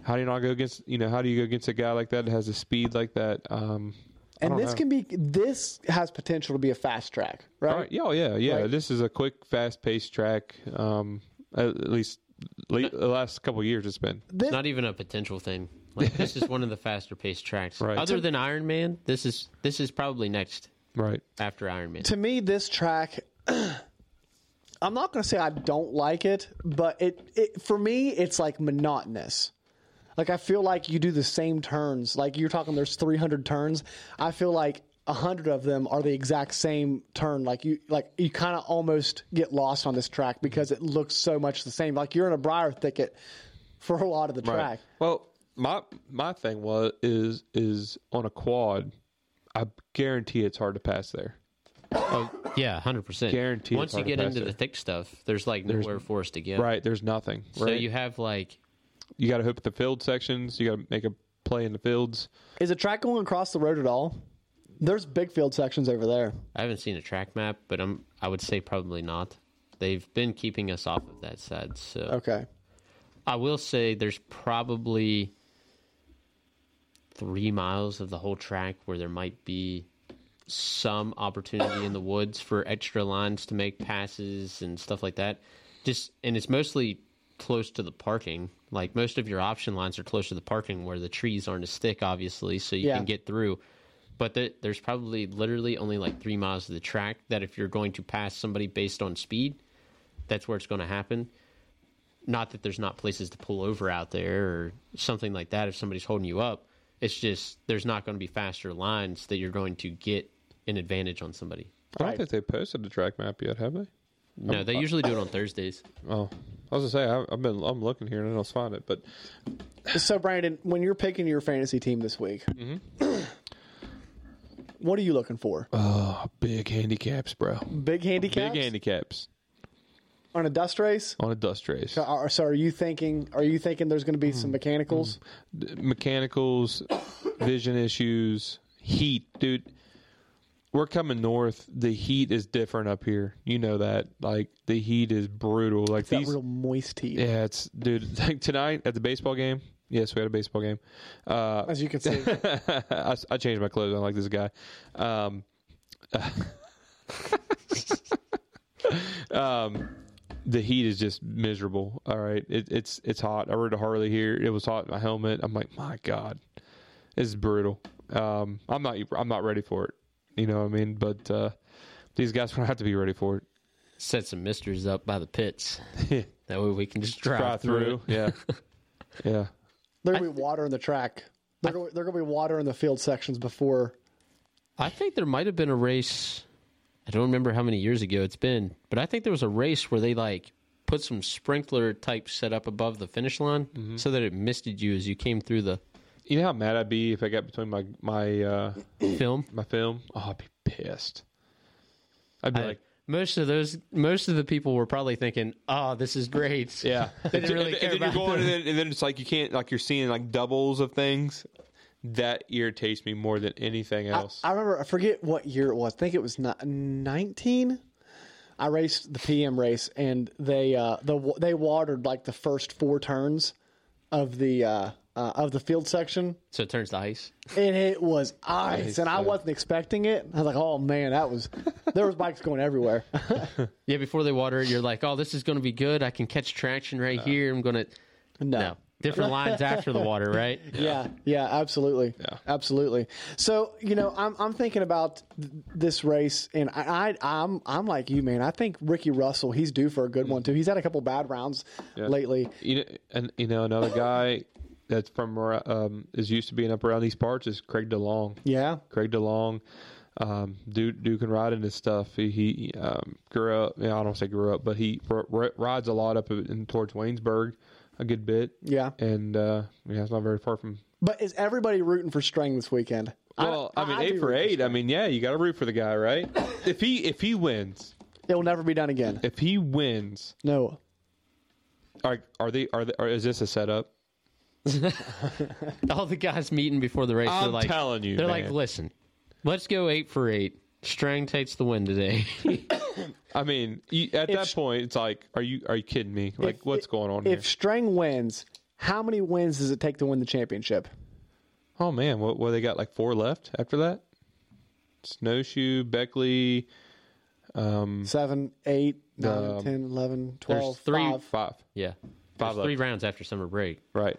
how do you not go against? You know, how do you go against a guy like that that has a speed like that? Um, I
And
don't
this
know.
can be. This has potential to be a fast track,
All
right?
right. Yeah, oh, yeah, yeah.
Like-
this is a quick, fast-paced track. Um, at at least le- the last couple of years, it's been
It's not even a potential thing. Like, this is one of the faster paced tracks.
Right.
Other than Iron Man, this is this is probably next
right.
after Iron Man.
to me this track i'm not going to say i don't like it but it, it for me it's like monotonous like i feel like you do the same turns like you're talking there's 300 turns i feel like 100 of them are the exact same turn like you like you kind of almost get lost on this track because it looks so much the same like you're in a briar thicket for a lot of the track
Right. Well, my my thing was is is on a quad. I guarantee it's hard to pass there.
Oh, yeah, 100%.
Guaranteed
Once you
hard
get into
faster.
the thick stuff, there's like nowhere for us to get.
Right. There's nothing. Right.
So you have like
you got to hope at the field sections. You got to make a play in the fields.
is a track going across the road at all there's big field sections over there
I haven't seen a track map, but I'm I would say probably not. They've been keeping us off of that side, so
okay
I will say there's probably three miles of the whole track where there might be some opportunity in the woods for extra lines to make passes and stuff like that. Just and it's mostly close to the parking. Like most of your option lines are close to the parking where the trees aren't as thick, obviously, so you
Yeah.
can get through. But there, there's probably literally only like three miles of the track that if you're going to pass somebody based on speed, that's where it's going to happen. Not that there's not places to pull over out there or something like that if somebody's holding you up. It's just there's not going to be faster lines that you're going to get an advantage on somebody.
I don't think they posted the track map yet, have they?
No, they usually do it on Thursdays.
Oh, I was gonna say I, I've been I'm looking here and I don't find it, but
So, Brandon, when you're picking your fantasy team this week,
Mm-hmm.
what are you looking for?
oh, big handicaps, bro.
Big handicaps
Big handicaps
on a dust race.
on a dust race.
Are- So, are you thinking? Are you thinking there's going to be
Mm-hmm.
some mechanicals?
mechanicals, vision issues, heat, dude. We're coming north. The heat is different up here. You know that. Like the heat is brutal. Like
That
these
real moist heat,
Yeah, it's dude, like tonight at the baseball game. Yes, we had a baseball game. Uh
as you can see.
I, I changed my clothes. I like this guy. Um, um, the heat is just miserable. All right, it, it's it's hot. I rode a Harley here. It was hot in my helmet. I'm like, my God, this is brutal. Um, I'm not I'm not ready for it. You know what I mean? But uh, these guys don't have to be ready for it.
Set some mysteries up by the pits. that way we can just drive,
Try
through.
through, yeah, yeah.
There's going to be water in the track. There going to be water in the field sections before.
I think there might have been a race. I don't remember how many years ago it's been, but I think there was a race where they like put some sprinkler type set up above the finish line
Mm-hmm.
so that it misted you as you came through the
You know how mad I'd be if I got between my my uh,
film.
my film? Oh, I'd be pissed. I'd be like,
most of those, most of the people were probably thinking, "Oh, this is great."
yeah.
they didn't really
and,
care
then you're
about
going,
them.
and then, and then it's like you can't like you're seeing like doubles of things. That irritates me more than anything
I,
else.
I remember, I forget what year it was. I think it was ni- 19. I raced the PM race, and they uh, the wa- they watered like the first four turns of the uh, uh, of the field section,
So it turns to ice.
and it was ice, and I
so-
wasn't expecting it. I was like, oh man, that was there was bikes going everywhere.
Yeah, before they water it, you're like, "Oh, this is going to be good. I can catch traction
Uh.
right here. I'm going to."
no.
No, different lines after the water, right?
Yeah, yeah, absolutely, absolutely. So you know, I'm I'm thinking about th- this race, and I, I I'm I'm like you, man. I think Ricky Russell, he's due for a good one too. He's had a couple bad rounds lately.
you know, and you know another guy that's from ar- um, is used to being up around these parts is Craig DeLong.
Yeah,
Craig DeLong, um, dude, dude can ride into stuff. He, he um, grew up. You know, I don't say grew up, but he r- r- rides a lot up in towards Waynesburg, a good bit.
Yeah.
and uh, yeah, it's not very far from.
but is everybody rooting for Strang this weekend?
Well, I, mean,
I'd be
eight for
rooting
eight. I mean, yeah, you got to root for the guy, right? if he if he wins,
It will never be done again.
if he wins,
No,
are are they are, they, are is this a setup?
all the guys meeting before the race.
I'm
they're like,
telling you,
they're
man.
like, listen, let's go eight for eight. Strang takes the win today.
I mean, you, at that point, it's like, are you are you kidding me? Like,
If-
what's going on here?
if Strang wins, how many wins does it take to win the championship?
Oh man, what what they got like four left after that? Snowshoe, Beckley,
Seven, eight, nine,
Hmm. Um,
ten, eleven,
there's
twelve,
three-
five.
five.
yeah,
Five
There's three
left. Oh.
rounds after summer break.
Right.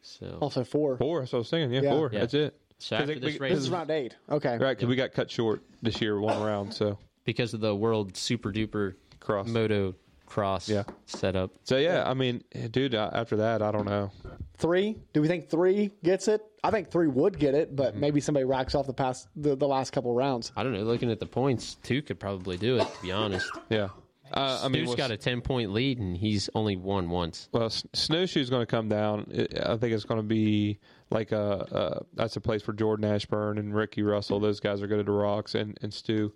So,
Also four.
Four, so I was thinking,
Yeah.
yeah, four.
Yeah.
That's it.
so
'Cause
after
they-
this
they-
race,
This is round eight. Okay.
Right, because we got cut short this year, one round, so
because of the world super duper
Cross.
moto cross
Yeah.
setup.
so yeah, I mean, eh, dude, I- after that, I don't know.
Three? Do we think three gets it? I think three would get it, but
Mm-hmm.
maybe somebody racks off the past the, the last couple rounds.
I don't know. Looking at the points, two could probably do it. To be honest,
Yeah, uh, I mean,
Stu's
well,
got a ten point lead and he's only won once.
well, S- Snowshoe's going to come down. It, I think it's going to be like a, a that's a place for Jordan Ashburn and Ricky Russell. Those guys are good at the rocks, and and Stu,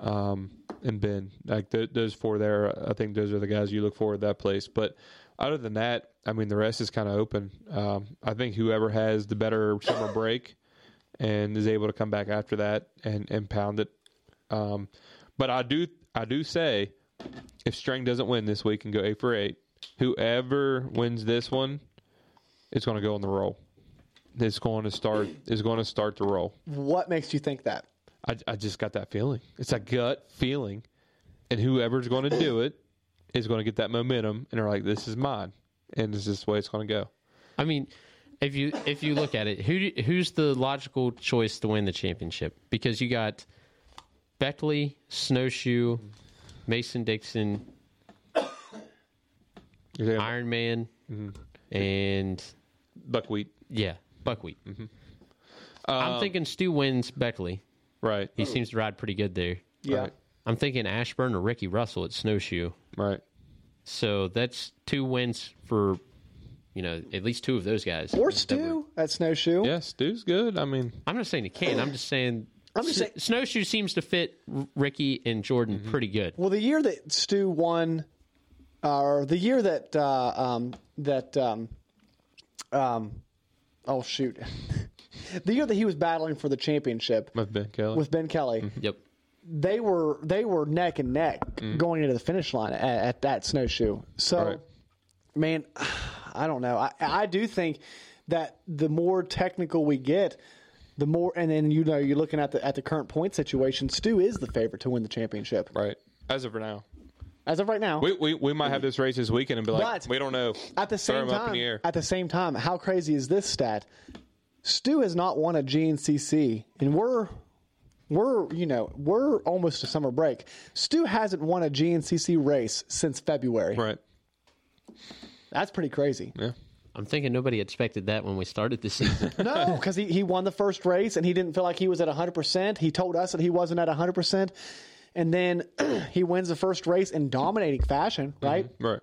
um, and Ben. Like th- those four there, I think those are the guys you look for at that place. But other than that, I mean, the rest is kind of open. Um, I think whoever has the better summer break and is able to come back after that and and pound it. Um, but I do I do say if String doesn't win this week and go eight for eight, whoever wins this one is going to go on the roll. It's going to start is going to start the roll.
What makes you think that?
I, I just got that feeling. It's a gut feeling, and whoever's going to do it is going to get that momentum, and they're like, "This is mine," and this is the way it's going to go.
I mean, if you if you look at it, who do- who's the logical choice to win the championship? Because you got Beckley, Snowshoe, Mason Dixon,
You're thinking
Iron Man,
Mm-hmm.
and
buckwheat,
yeah, Buckwheat.
Mm-hmm. Um,
I'm thinking Stu wins Beckley.
right?
He seems to ride pretty good there.
Yeah.
Right.
I'm thinking Ashburn or Ricky Russell at Snowshoe.
Right.
So that's two wins for, you know, at least two of those guys.
Or
that were-
Stu at Snowshoe.
Yeah, Stu's good. I mean,
I'm not saying he can. I'm just saying.
I'm just
Sn-
saying-
Snowshoe seems to fit R- Ricky and Jordan pretty good.
Well, the year that Stu won, uh, or the year that uh, um, that um, um, oh shoot, the year that he was battling for the championship
with Mm-hmm. Ben Kelly.
with Ben Kelly,
Yep.
they were they were neck and neck going into the finish line at, at that snowshoe. So,
Mm. Right.
man, I don't know. I, I do think that the more technical we get, the more, and then you know you're looking at the at the current point situation. Stu is the favorite to win the championship
right. As of now,
as of right now.
we, we we might have this race this weekend and be like,
But-
we don't know.
At the
Throw
same
'em up in the
time,
air.
at the same time, how crazy is this stat? Stu has not won a GNCC, and we're we're you know we're almost to summer break. Stu hasn't won a GNCC race since February.
right.
That's pretty crazy.
Yeah.
I'm thinking nobody expected that when we started the season.
No, because he, he won the first race and he didn't feel like he was at 100%. He told us that he wasn't at 100%. And then he wins the first race in dominating fashion, right?
Right.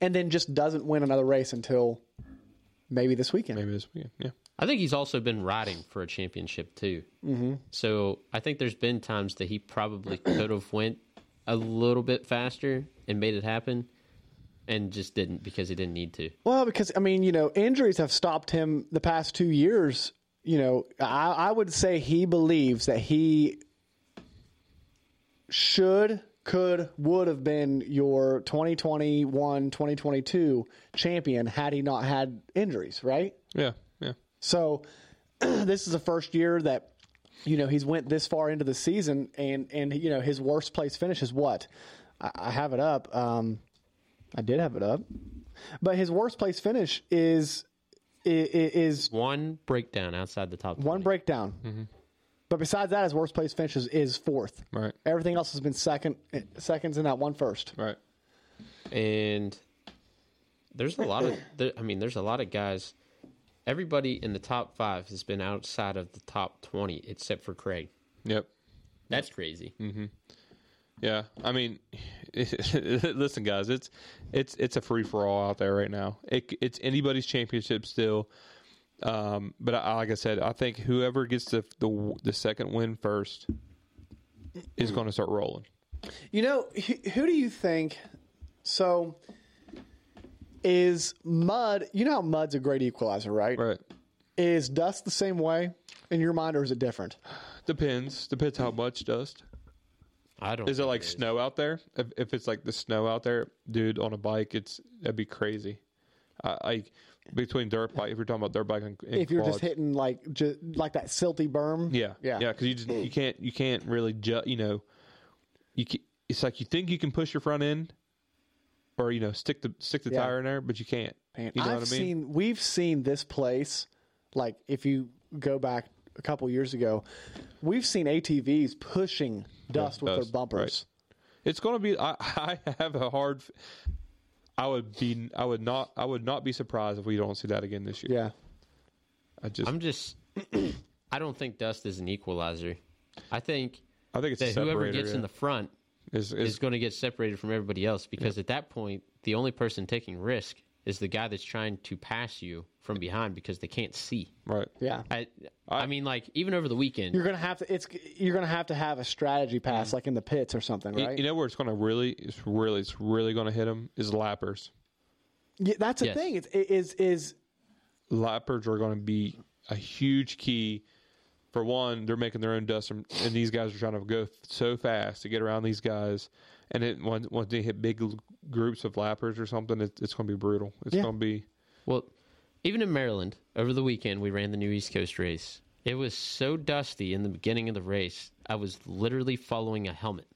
And then just doesn't win another race until maybe this weekend.
Maybe this weekend. Yeah.
I think he's also been riding for a championship too. Mm-hmm. So I think there's been times that he probably could have went a little bit faster and made it happen, and just didn't because he didn't need to.
Well, because I mean, you know, injuries have stopped him the past two years. You know, I, I would say he believes that he should, could, would have been your 2021, 2022 champion had he not had injuries, right?
Yeah. Yeah.
So this is the first year that you know he's went this far into the season, and and you know his worst place finish is what I, I have it up. Um, I did have it up, but his worst place finish is i- i- is
One breakdown outside the top.
one
20.
breakdown. But besides that, his worst place finish is, is fourth.
Right.
Everything else has been second seconds in that one first.
Right.
and there's a lot of there, i mean there's a lot of guys everybody in the top five has been outside of the top 20 except for craig
Yep.
that's crazy
Yeah, I mean, listen, guys, it's it's it's a free for all out there right now. It, it's anybody's championship still. Um, but I, like I said, I think whoever gets the the, the second win first is going to start rolling.
You know, who, who do you think? So, is Mud, you know how Mud's a great equalizer, right?
Right.
Is Dust the same way in your mind, or is it different?
Depends. Depends how much dust.
i don't
Is it
think
like snow out there? If, if it's like the snow out there, dude, on a bike, it's that'd be crazy. I, I between dirt bike, if you're talking about dirt bike, and, and
If you're just
quads.
hitting like ju- like that silty berm,
Yeah,
yeah,
yeah. Because you just you can't you can't really ju- you know, you ca it's like you think you can push your front end, or you know stick the stick the
Yeah.
tire in there, but you can't.
Man,
you know
I've
what I mean?
seen we've seen this place. Like if you go back a couple years ago, we've seen ATVs pushing dust with their
dust,
bumpers.
right. it's going to be. I, I have a hard. f- I would be. I would not. I would not be surprised if we don't see that again this year.
Yeah,
I just.
i'm just i don't think dust is an equalizer i think
I think it's a
that whoever
separator.
gets in the front
yeah. Is- is-
is going to get separated from everybody else because at that point the only person taking risk is the guy that's trying to pass you from behind because they can't see
right.
yeah.
i i, mean like even over the weekend
You're gonna have to. It's you're gonna have to have a strategy pass, like in the pits or something,
Mm-hmm. You-
right?
You know where it's going to really. It's really. It's really going to hit them is lappers.
yeah, that's the
Yes.
thing. It's, it is is
lappers are going to be a huge key. For one, they're making their own dust, and, and these guys are trying to go f- so fast to get around these guys. And it, once once they hit big l- groups of lappers or something, it, it's going to be brutal. It's
Yeah.
going to be
Well, even in Maryland, over the weekend, we ran the new East Coast race. It was so dusty in the beginning of the race, I was literally following a helmet.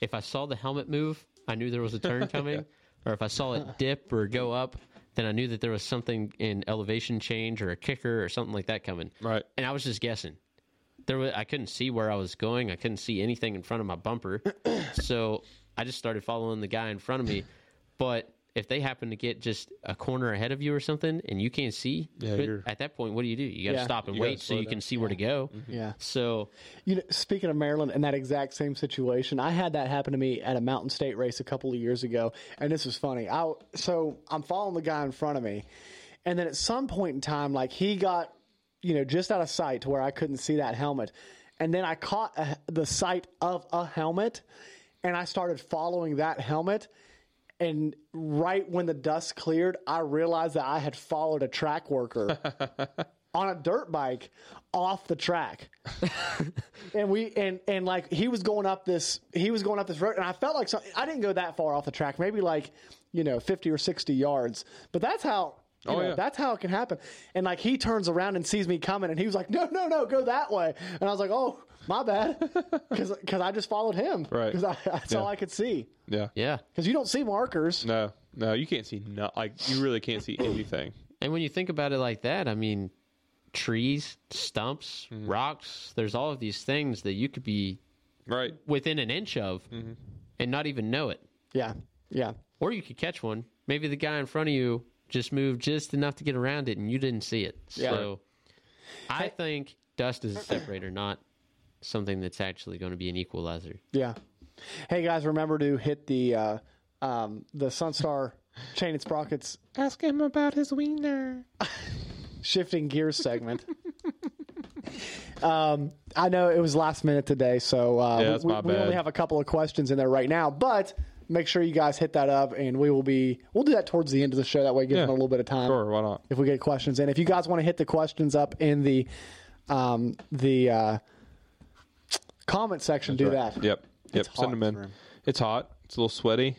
If I saw the helmet move, I knew there was a turn coming. Or if I saw it dip or go up, then I knew that there was something in elevation change or a kicker or something like that coming.
Right.
And I was just guessing. There was, I couldn't see where I was going. I couldn't see anything in front of my bumper. so I just started following the guy in front of me. But if they happen to get just a corner ahead of you or something and you can't see,
Yeah,
but
you're-
at that point, what do you do? You got to
Yeah.
stop and
You gotta
wait so
slow
you
down.
can see where to go.
Yeah.
So
You know, speaking of Maryland and that exact same situation, I had that happen to me at a Mountain State race a couple of years ago, and this was funny. I so I'm following the guy in front of me, and then at some point in time, like he got, you know, just out of sight to where I couldn't see that helmet, and then I caught a, the sight of a helmet, and I started following that helmet. And right when the dust cleared, I realized that I had followed a track worker on a dirt bike off the track and we and and like he was going up this he was going up this road and i felt like some, i didn't go that far off the track maybe like you know 50 or 60 yards but that's how you
Oh,
know,
yeah.
that's how it can happen and like he turns around and sees me coming and he was like no no no go that way and i was like oh my bad because i just followed him
Right.
because that's all
Yeah.
i could see
Yeah.
yeah,
because you don't see markers
No, no, you can't see no. Like you really can't see anything.
and when you think about it like that, I mean, trees, stumps,
Mm-hmm.
rocks. There's all of these things that you could be
Right.
within an inch of
Mm-hmm.
and not even know it.
yeah yeah
Or you could catch one. Maybe the guy in front of you just moved just enough to get around it and you didn't see it.
Yeah.
So I think dust is a separator, not something that's actually going to be an equalizer.
Yeah. Hey guys, remember to hit the uh, um, the Sunstar Chain and Sprockets. Ask him about his wiener. Shifting gears segment. um, I know it was last minute today, so uh,
Yeah,
we-
that's
we,
my
we only
bad.
have a couple of questions in there right now, but. Make sure you guys hit that up, and we will be. We'll do that towards the end of the show. That way, give
Yeah.
them a little bit of time
Sure. Why not?
if we get questions in. If you guys want to hit the questions up in the um, the uh, comment section, do that.
Yep. Yep.
hot
Send them
for him.
in. It's hot. It's a little sweaty.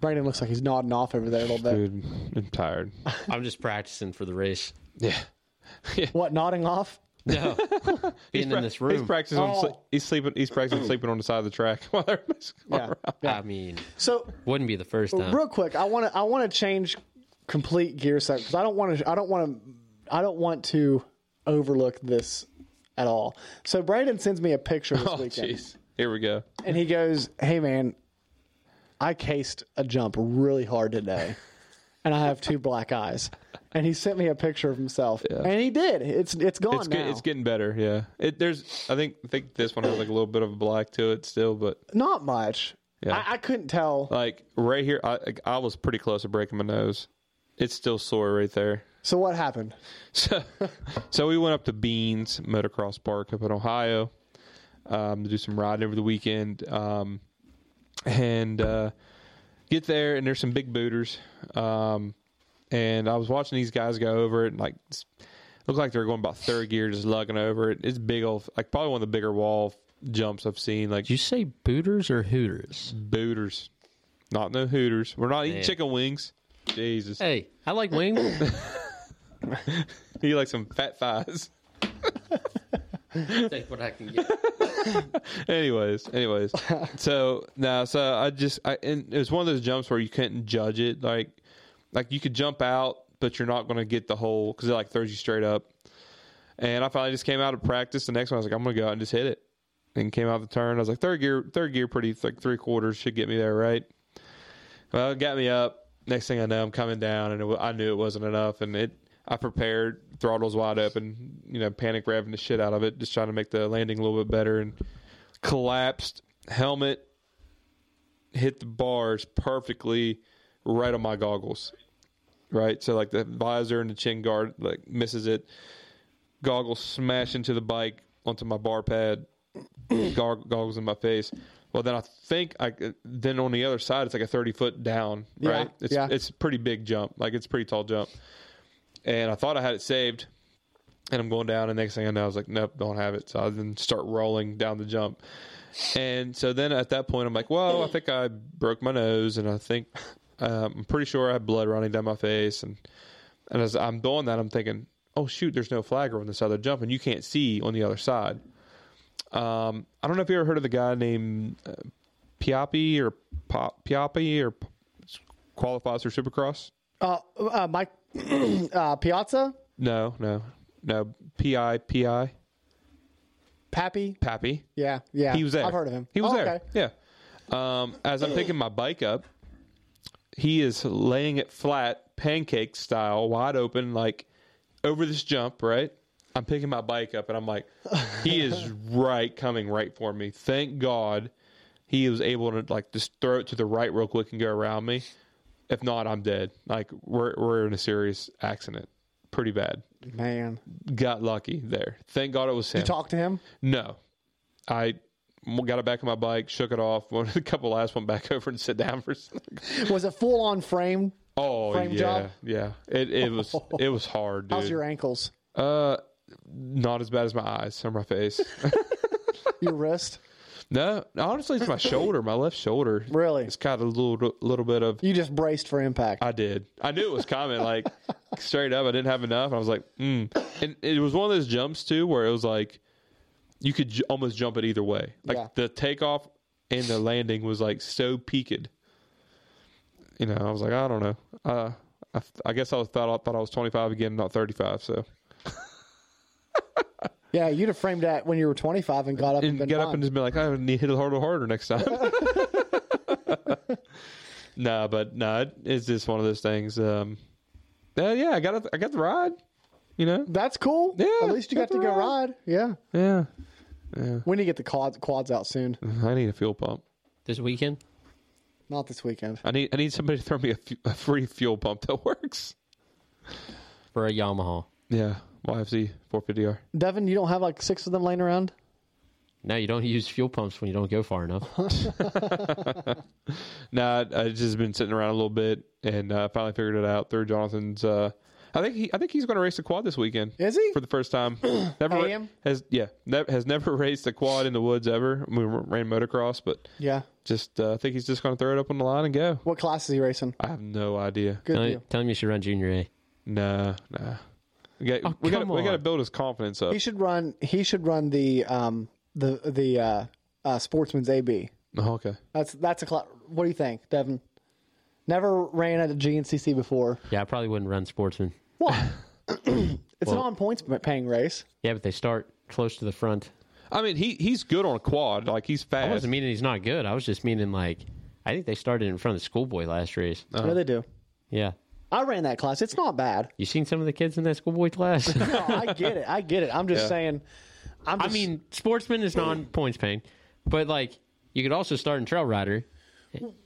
Brandon looks like he's nodding off over there a little bit.
Dude, I'm tired.
I'm just practicing for the race.
Yeah.
What nodding off?
No, being in this
He's
room.
practicing. On, sle-
Oh.
he's sleeping. He's practicing sleeping on the side of the track while everybody's going
Yeah.
around.
I mean,
So
wouldn't be the first time.
real quick, I want to I want to change complete gear set because I don't want to I don't want to I don't want to overlook this at all. So Brandon sends me a picture this
Oh,
weekend,
jeez. Here we go.
and he goes, "Hey man, I cased a jump really hard today, and I have two black eyes." And he sent me a picture of himself, and he did. It's it's gone
It's
now.
good. It's getting better. Yeah. It, there's. I think. I think this one has like a little bit of a black to it still, but
Not much. I, I couldn't tell.
like right here, I I was pretty close to breaking my nose. It's still sore right there.
So what happened?
So, so we went up to Beans Motocross Park up in Ohio um, to do some riding over the weekend, um, and uh, get there and there's some big booters, um, and I was watching these guys go over it and like s- looked like they were going about third gear, just lugging over it. It's big old like probably one of the bigger wall jumps I've seen. Like
Did you say booters or hooters?
booters, not no hooters. We're not eating
Man.
chicken wings. Jesus,
Hey, I like wings.
he likes some fat thighs.
Take what I can get.
anyways, anyways. so no, so I just I and it was one of those jumps where you couldn't judge it. Like like you could jump out, but you're not going to get the whole because it like throws you straight up. And I finally just came out of practice. The next one, I was like, I'm going to go out and just hit it. And came out the turn. I was like, third gear, third gear, pretty like three quarters should get me there, right? Well, it got me up. Next thing I know, I'm coming down, and it, wa- I knew it wasn't enough. And it, I prepared, throttles wide open, you know, panic revving the shit out of it, just trying to make the landing a little bit better. And collapsed, helmet hit the bars perfectly, right on my goggles. Right, so like the visor and the chin guard like misses it. Goggles smash into the bike onto my bar pad. gog- goggles in my face. Well, then I think I then on the other side it's like a thirty foot down.
Yeah,
Right, it's
yeah.
it's a pretty big jump. Like it's a pretty tall jump. And I thought I had it saved, and I'm going down. And next thing I know, I was like, nope, don't have it. So I then start rolling down the jump. And so then at that point, I'm like, well, I think I broke my nose, and I think um, I'm pretty sure I had blood running down my face. And and as I'm doing that, I'm thinking, oh shoot, there's no flagger on this other jump, and you can't see on the other side. Um, I don't know if you ever heard of the guy named uh, Piapi or Pop Piapi or P- qualifies for Supercross.
Uh, uh, Mike uh, Piazza,
No, no, no. P I P I
Pappy.
Pappy.
Yeah, yeah.
He was there.
Oh, I've heard of him.
He was
Oh,
there.
okay.
Yeah. Um, as I'm picking my bike up, he is laying it flat, pancake style, wide open, like over this jump, right? I'm picking my bike up and I'm like, he is right coming right for me. Thank God he was able to like just throw it to the right real quick and go around me. If not, I'm dead. Like we're we're in a serious accident. Pretty bad.
Man,
Got lucky there. Thank God it was him.
you talk to him.
No, I got it back on my bike, shook it off. One a couple laps, went back over and sat down for.
Was it full on frame?
oh
Frame
yeah,
job?
yeah. It it was it was hard, dude.
How's your ankles?
uh, not as bad as my eyes or my face.
Your wrist?
no, honestly, it's my shoulder, my left shoulder.
Really?
it's got a little little bit of.
You just braced for impact.
I did. I knew it was coming. Like straight up, I didn't have enough. I was like, mm. and it was one of those jumps too, where it was like you could j- almost jump it either way. Like
Yeah.
the takeoff and the landing was like so peaked. You know, I was like, I don't know. Uh, I, I guess I was thought I thought I was twenty five again, not thirty five. So
yeah, you'd have framed that when you were 25 and got up and,
and
been
get up and just be like, I need to hit it harder, harder next time. no, but no, it- it's just one of those things. Um, uh, yeah, I got a, I got the ride. You know,
That's cool.
Yeah,
At least you got
that's
to go
all right.
ride. Yeah.
yeah. Mm-hmm.
We need to get the quads, quads out soon.
I need a fuel pump.
This weekend?
Not this weekend.
I need I need somebody to throw me a, fu- a free fuel pump that works.
For a Yamaha.
Yeah, YFC 450R.
Devin, you don't have like six of them laying around?
No, you don't use fuel pumps when you don't go far enough.
Nah, I I've just been sitting around a little bit and uh, finally figured it out through Jonathan's. Uh, I think he I think he's going to race the quad this weekend.
Is he?
for the first time? Never ra-
AM?
has yeah ne- has never raced a quad in the woods ever. We r- ran motocross, but
Yeah.
just uh, I think he's just going to throw it up on the line and go.
What class is he racing?
I have no idea.
Good
tell,
deal.
tell him you should run junior A.
Nah, nah. We got
Oh,
we got
come
we got to
on.
build his confidence up.
He should run. He should run the um the the uh, uh sportsman's AB.
Oh, okay.
That's that's a cla What do you think, Devin? Never ran at a GNCC before.
Yeah, I probably wouldn't run sportsman.
Why? it's an on points paying race.
Yeah, but they start close to the front.
I mean, he he's good on a quad. Like he's
I
fast.
wasn't meaning he's not good. I was just meaning like I think they started in front of the schoolboy last race.
Uh-huh.
I know they do.
Yeah.
I ran that class. It's not bad.
You seen some of the kids in that schoolboy class?
No, I get it. I get it. I'm just
Yeah.
saying. I'm
I
just,
mean, sportsman is non points paying, but like you could also start in trail rider,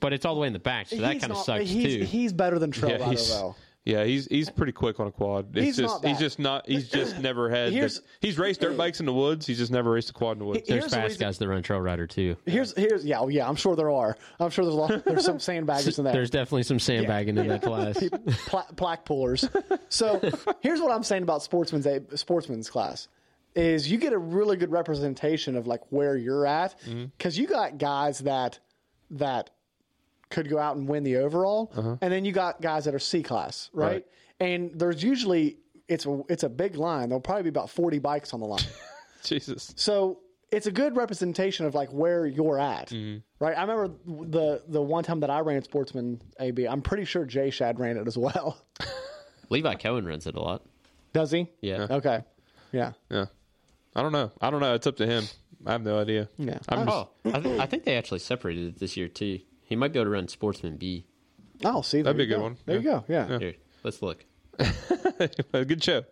but it's all the way in the back, so that
he's
kind of
not-
sucks
he's,
too.
He's better than Trail
yeah,
Rider
he's,
though.
yeah, he's he's pretty quick on a quad. It's
He's
just
not bad.
he's just not he's just never had.
Here's-
The, he's raced dirt bikes in the woods. He's just never raced a quad in the woods.
There's
here's the
fast
reason-
guys that run trail rider too.
Here's here's yeah oh, yeah. I'm sure there are. I'm sure there's a lot. There's some sandbaggers in there.
There's definitely some sandbagging in that class.
pla- plaque pullers. So here's what I'm saying about sportsman's a- sportsman's class is you get a really good representation of like where you're at
Mm-hmm.
because you got guys that that could go out and win the overall,
Uh-huh.
and then you got guys that are C class, right?
Right.
And there's usually it's a it's a big line. There'll probably be about 40 bikes on the line.
Jesus.
So it's a good representation of like where you're at,
Mm-hmm.
right? I remember the the one time that I ran Sportsman AB. I'm pretty sure Jay Shad ran it as well.
Levi Cohen runs it a lot.
Does he?
Yeah.
Okay. Yeah.
Yeah. I don't know. I don't know. It's up to him. I have no idea.
Yeah.
I'm just,
Oh, I, th- I think they actually separated it this year too. He might be able to run sportsman B.
Oh, see,
That'd
there
be a
you
good
go.
one.
There you
Yeah.
go. Yeah.
Here, let's look.
uh, good show.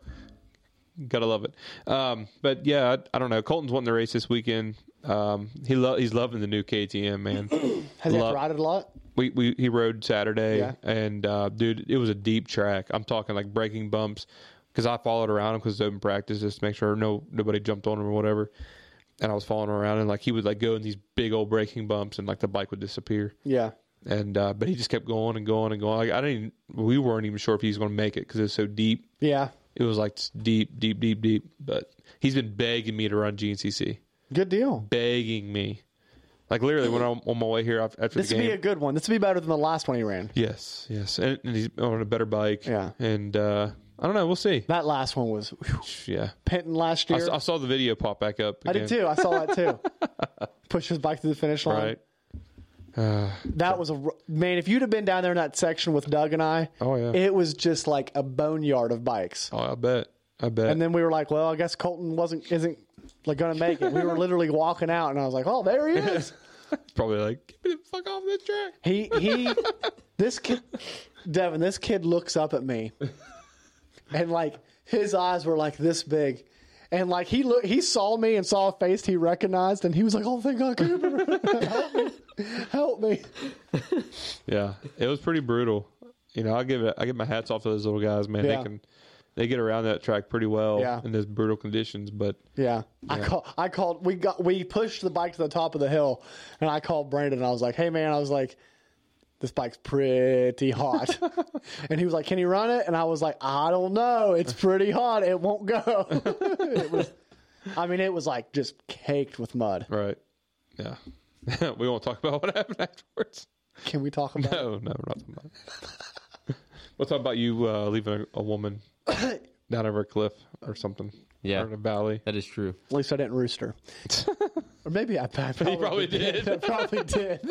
Gotta love it. Um, but yeah, I, I don't know. Colton's wanting the race this weekend. Um, he lo- he's loving the new KTM man.
Has he
Love-
ride it a lot?
we, we he rode Saturday
Yeah.
and uh, dude, it was a deep track. I'm talking like breaking bumps because I followed around him because open practice just to make sure no nobody jumped on him or whatever. And I was following him around and like he would like go in these big old breaking bumps and like the bike would disappear.
Yeah.
And uh, but he just kept going and going and going. Like I didn't, even, we weren't even sure if he was going to make it because it's so deep.
Yeah.
It was like just deep, deep, deep, deep. But he's been begging me to run GNCC,
Good deal.
begging me. Like literally, when I'm on my way here af- after
This
the
would
game.
be a good one. This would be better than the last one he ran.
yes, yes, and, and he's on a better bike.
Yeah.
and uh, I don't know. We'll see.
That last one was whew,
Yeah,
Penton last
I,
year.
s- I saw the video pop back up.
I did
again,
too. I saw that too. Push his bike to the finish line.
Right.
That was a r- man. If you'd have been down there in that section with Doug and I,
Oh, yeah.
it was just like a boneyard of bikes.
Oh, I bet. I bet.
And then we were like, well, I guess Colton wasn't isn't like going to make it. We were literally walking out, and I was like, oh, there he is.
probably like, get me the fuck off this track.
He he. This kid, Devin, this kid looks up at me, and like his eyes were like this big, and like he look, he saw me and saw a face he recognized, and he was like, "Oh, thank God, Cooper, help me, help me."
Yeah, it was pretty brutal. You know, I give it, I give my hats off to those little guys, man.
Yeah.
They can, they get around that track pretty well
Yeah.
in those brutal conditions. But
Yeah. I call I called we got we pushed the bike to the top of the hill and I called Brandon and I was like, Hey man, I was like, this bike's pretty hot. and he was like, Can you run it? And I was like, I don't know. It's pretty hot. It won't go. It was- I mean, it was like just caked with mud.
right, yeah, we won't talk about what happened afterwards.
Can we talk about
No, no, we're not talking about. it. we'll talk about you uh, leaving a, a woman down over a cliff or something.
Yeah.
or in a valley.
That is true.
at least I didn't rooster. or maybe I, I probably,
probably did.
I probably did.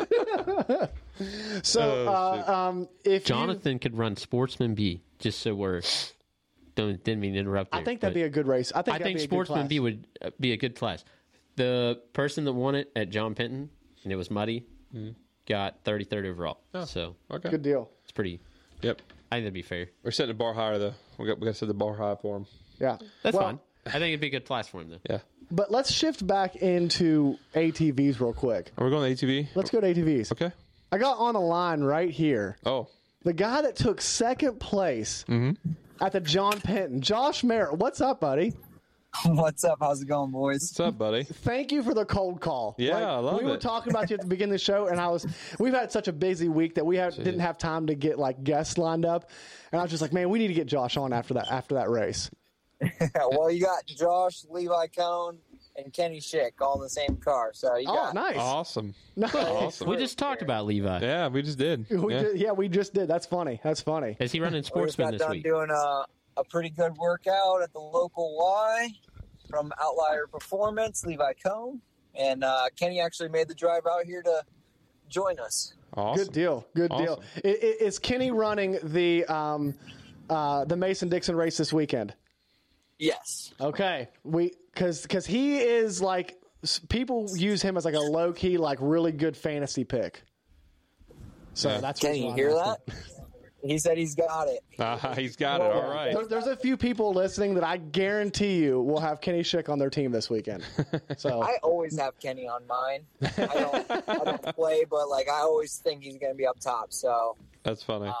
so
Oh,
uh, um, if you-
Jonathan could run Sportsman B, just so we're don't didn't mean to interrupt.
I think that'd be a good race. I think
I
that'd
think
be a good
Sportsman
class.
B would uh, be a good class. The person that won it at John Penton and it was muddy got 33rd overall. So
Okay.
good deal.
it's pretty.
Yep.
I think that'd be fair.
We're setting the bar higher though. We got we got to set the bar high for him.
Yeah.
That's
Well,
fine. I think it'd be a good class for him though.
Yeah.
But let's shift back into ATVs real quick.
Are we going to ATV?
Let's go to ATVs.
Okay.
I got on the line right here.
Oh,
The guy that took second place
Mm-hmm.
at the John Penton, Josh Merritt. What's up, buddy?
What's up? How's it going, boys?
what's up, buddy?
Thank you for the cold call.
Yeah, I love
we were
it.
talking about you at the beginning of the show, and I was we've had such a busy week that we had, didn't have time to get like guests lined up, and I was just like, man, we need to get Josh on after that after that race.
Yeah, well, you got Josh, Levi Cohn, and Kenny Schick all in the same car. So you
Oh,
got
nice.
Awesome.
Nice.
We just talked about Levi.
Yeah, we just did.
We
yeah.
ju- yeah, we just did. That's funny. That's funny.
Is he running
we just
Sportsman
got
this
done
week?
doing a, a pretty good workout at the local Y from Outlier Performance, Levi Cohn, and uh, Kenny actually made the drive out here to join us.
Awesome.
Good deal. Good deal.
Awesome.
I- I- Is Kenny running the um, uh, the Mason Dixon race this weekend?
Yes,
Okay, we because because he is like s- people use him as like a low key like really good fantasy pick. So
Yeah.
that's
Kenny,
what's
you
on
hear
there.
that? He said he's got it.
Ah, he's got it. All right.
There- there's a few people listening that I guarantee you will have Kenny Schick on their team this weekend. So
I always have Kenny on mine. I don't, I don't play, but like I always think he's going to be up top. So
That's funny.
um,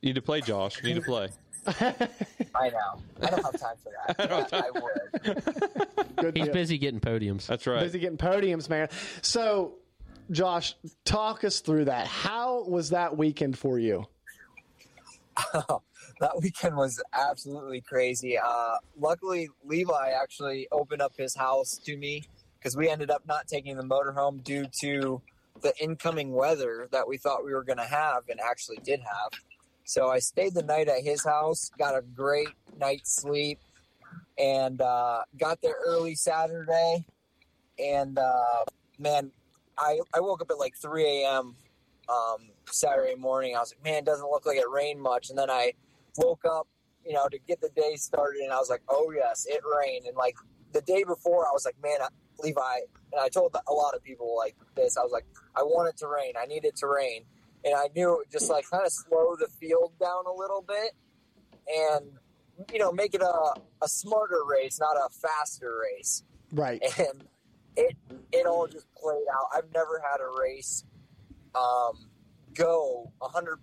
You need to play, Josh. You need to play.
I know. I don't have time for that. I would.
good
He's
deal.
busy getting podiums.
That's right.
busy getting podiums, man. So Josh, talk us through that. How was that weekend for you?
That weekend was absolutely crazy. Uh, luckily, Levi actually opened up his house to me because we ended up not taking the motorhome due to the incoming weather that we thought we were going to have and actually did have. So I stayed the night at his house, got a great night's sleep, and uh, got there early Saturday. And uh, man, I, I woke up at like 3 a.m. Um, Saturday morning. I was like, man, it doesn't look like it rained much. And then I woke up, you know, to get the day started, and I was like, oh yes, it rained. And like the day before, I was like, man, I, Levi, and I told a lot of people like this. I was like, I want it to rain. I need it to rain, and I knew it would just like kind of slow the field down a little bit, and you know, make it a, a smarter race, not a faster race
Right.
and it it all just played out. I've never had a race um, go 100%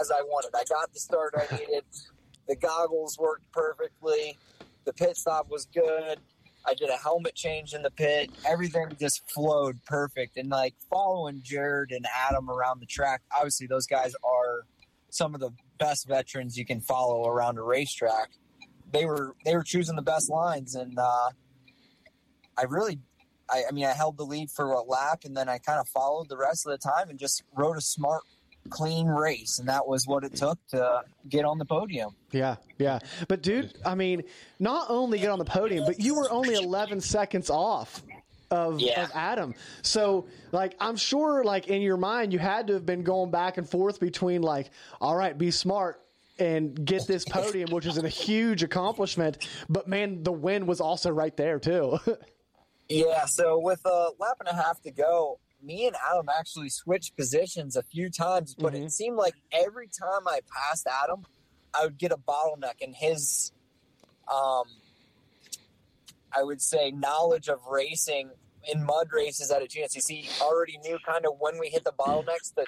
as I wanted. I got the start I needed. The goggles worked perfectly. The pit stop was good. I did a helmet change in the pit. Everything just flowed perfect. And like following Jared and Adam around the track, obviously those guys are some of the best veterans you can follow around a racetrack. They were they were choosing the best lines and uh, I really, I, I mean, I held the lead for a lap and then I kind of followed the rest of the time and just rode a smart, clean race. And that was what it took to get on the podium.
Yeah, yeah. But dude, I mean, not only get on the podium, but you were only 11 seconds off of,
Yeah.
of Adam. So, like, I'm sure, like in your mind, you had to have been going back and forth between, like, all right, be smart and get this podium, which is a huge accomplishment. But man, the win was also right there too.
Yeah. So with a lap and a half to go, me and Adam actually switched positions a few times, but it seemed like every time I passed Adam, I would get a bottleneck and his um I would say knowledge of racing in mud races at a GNCC already knew kind of when we hit the bottlenecks that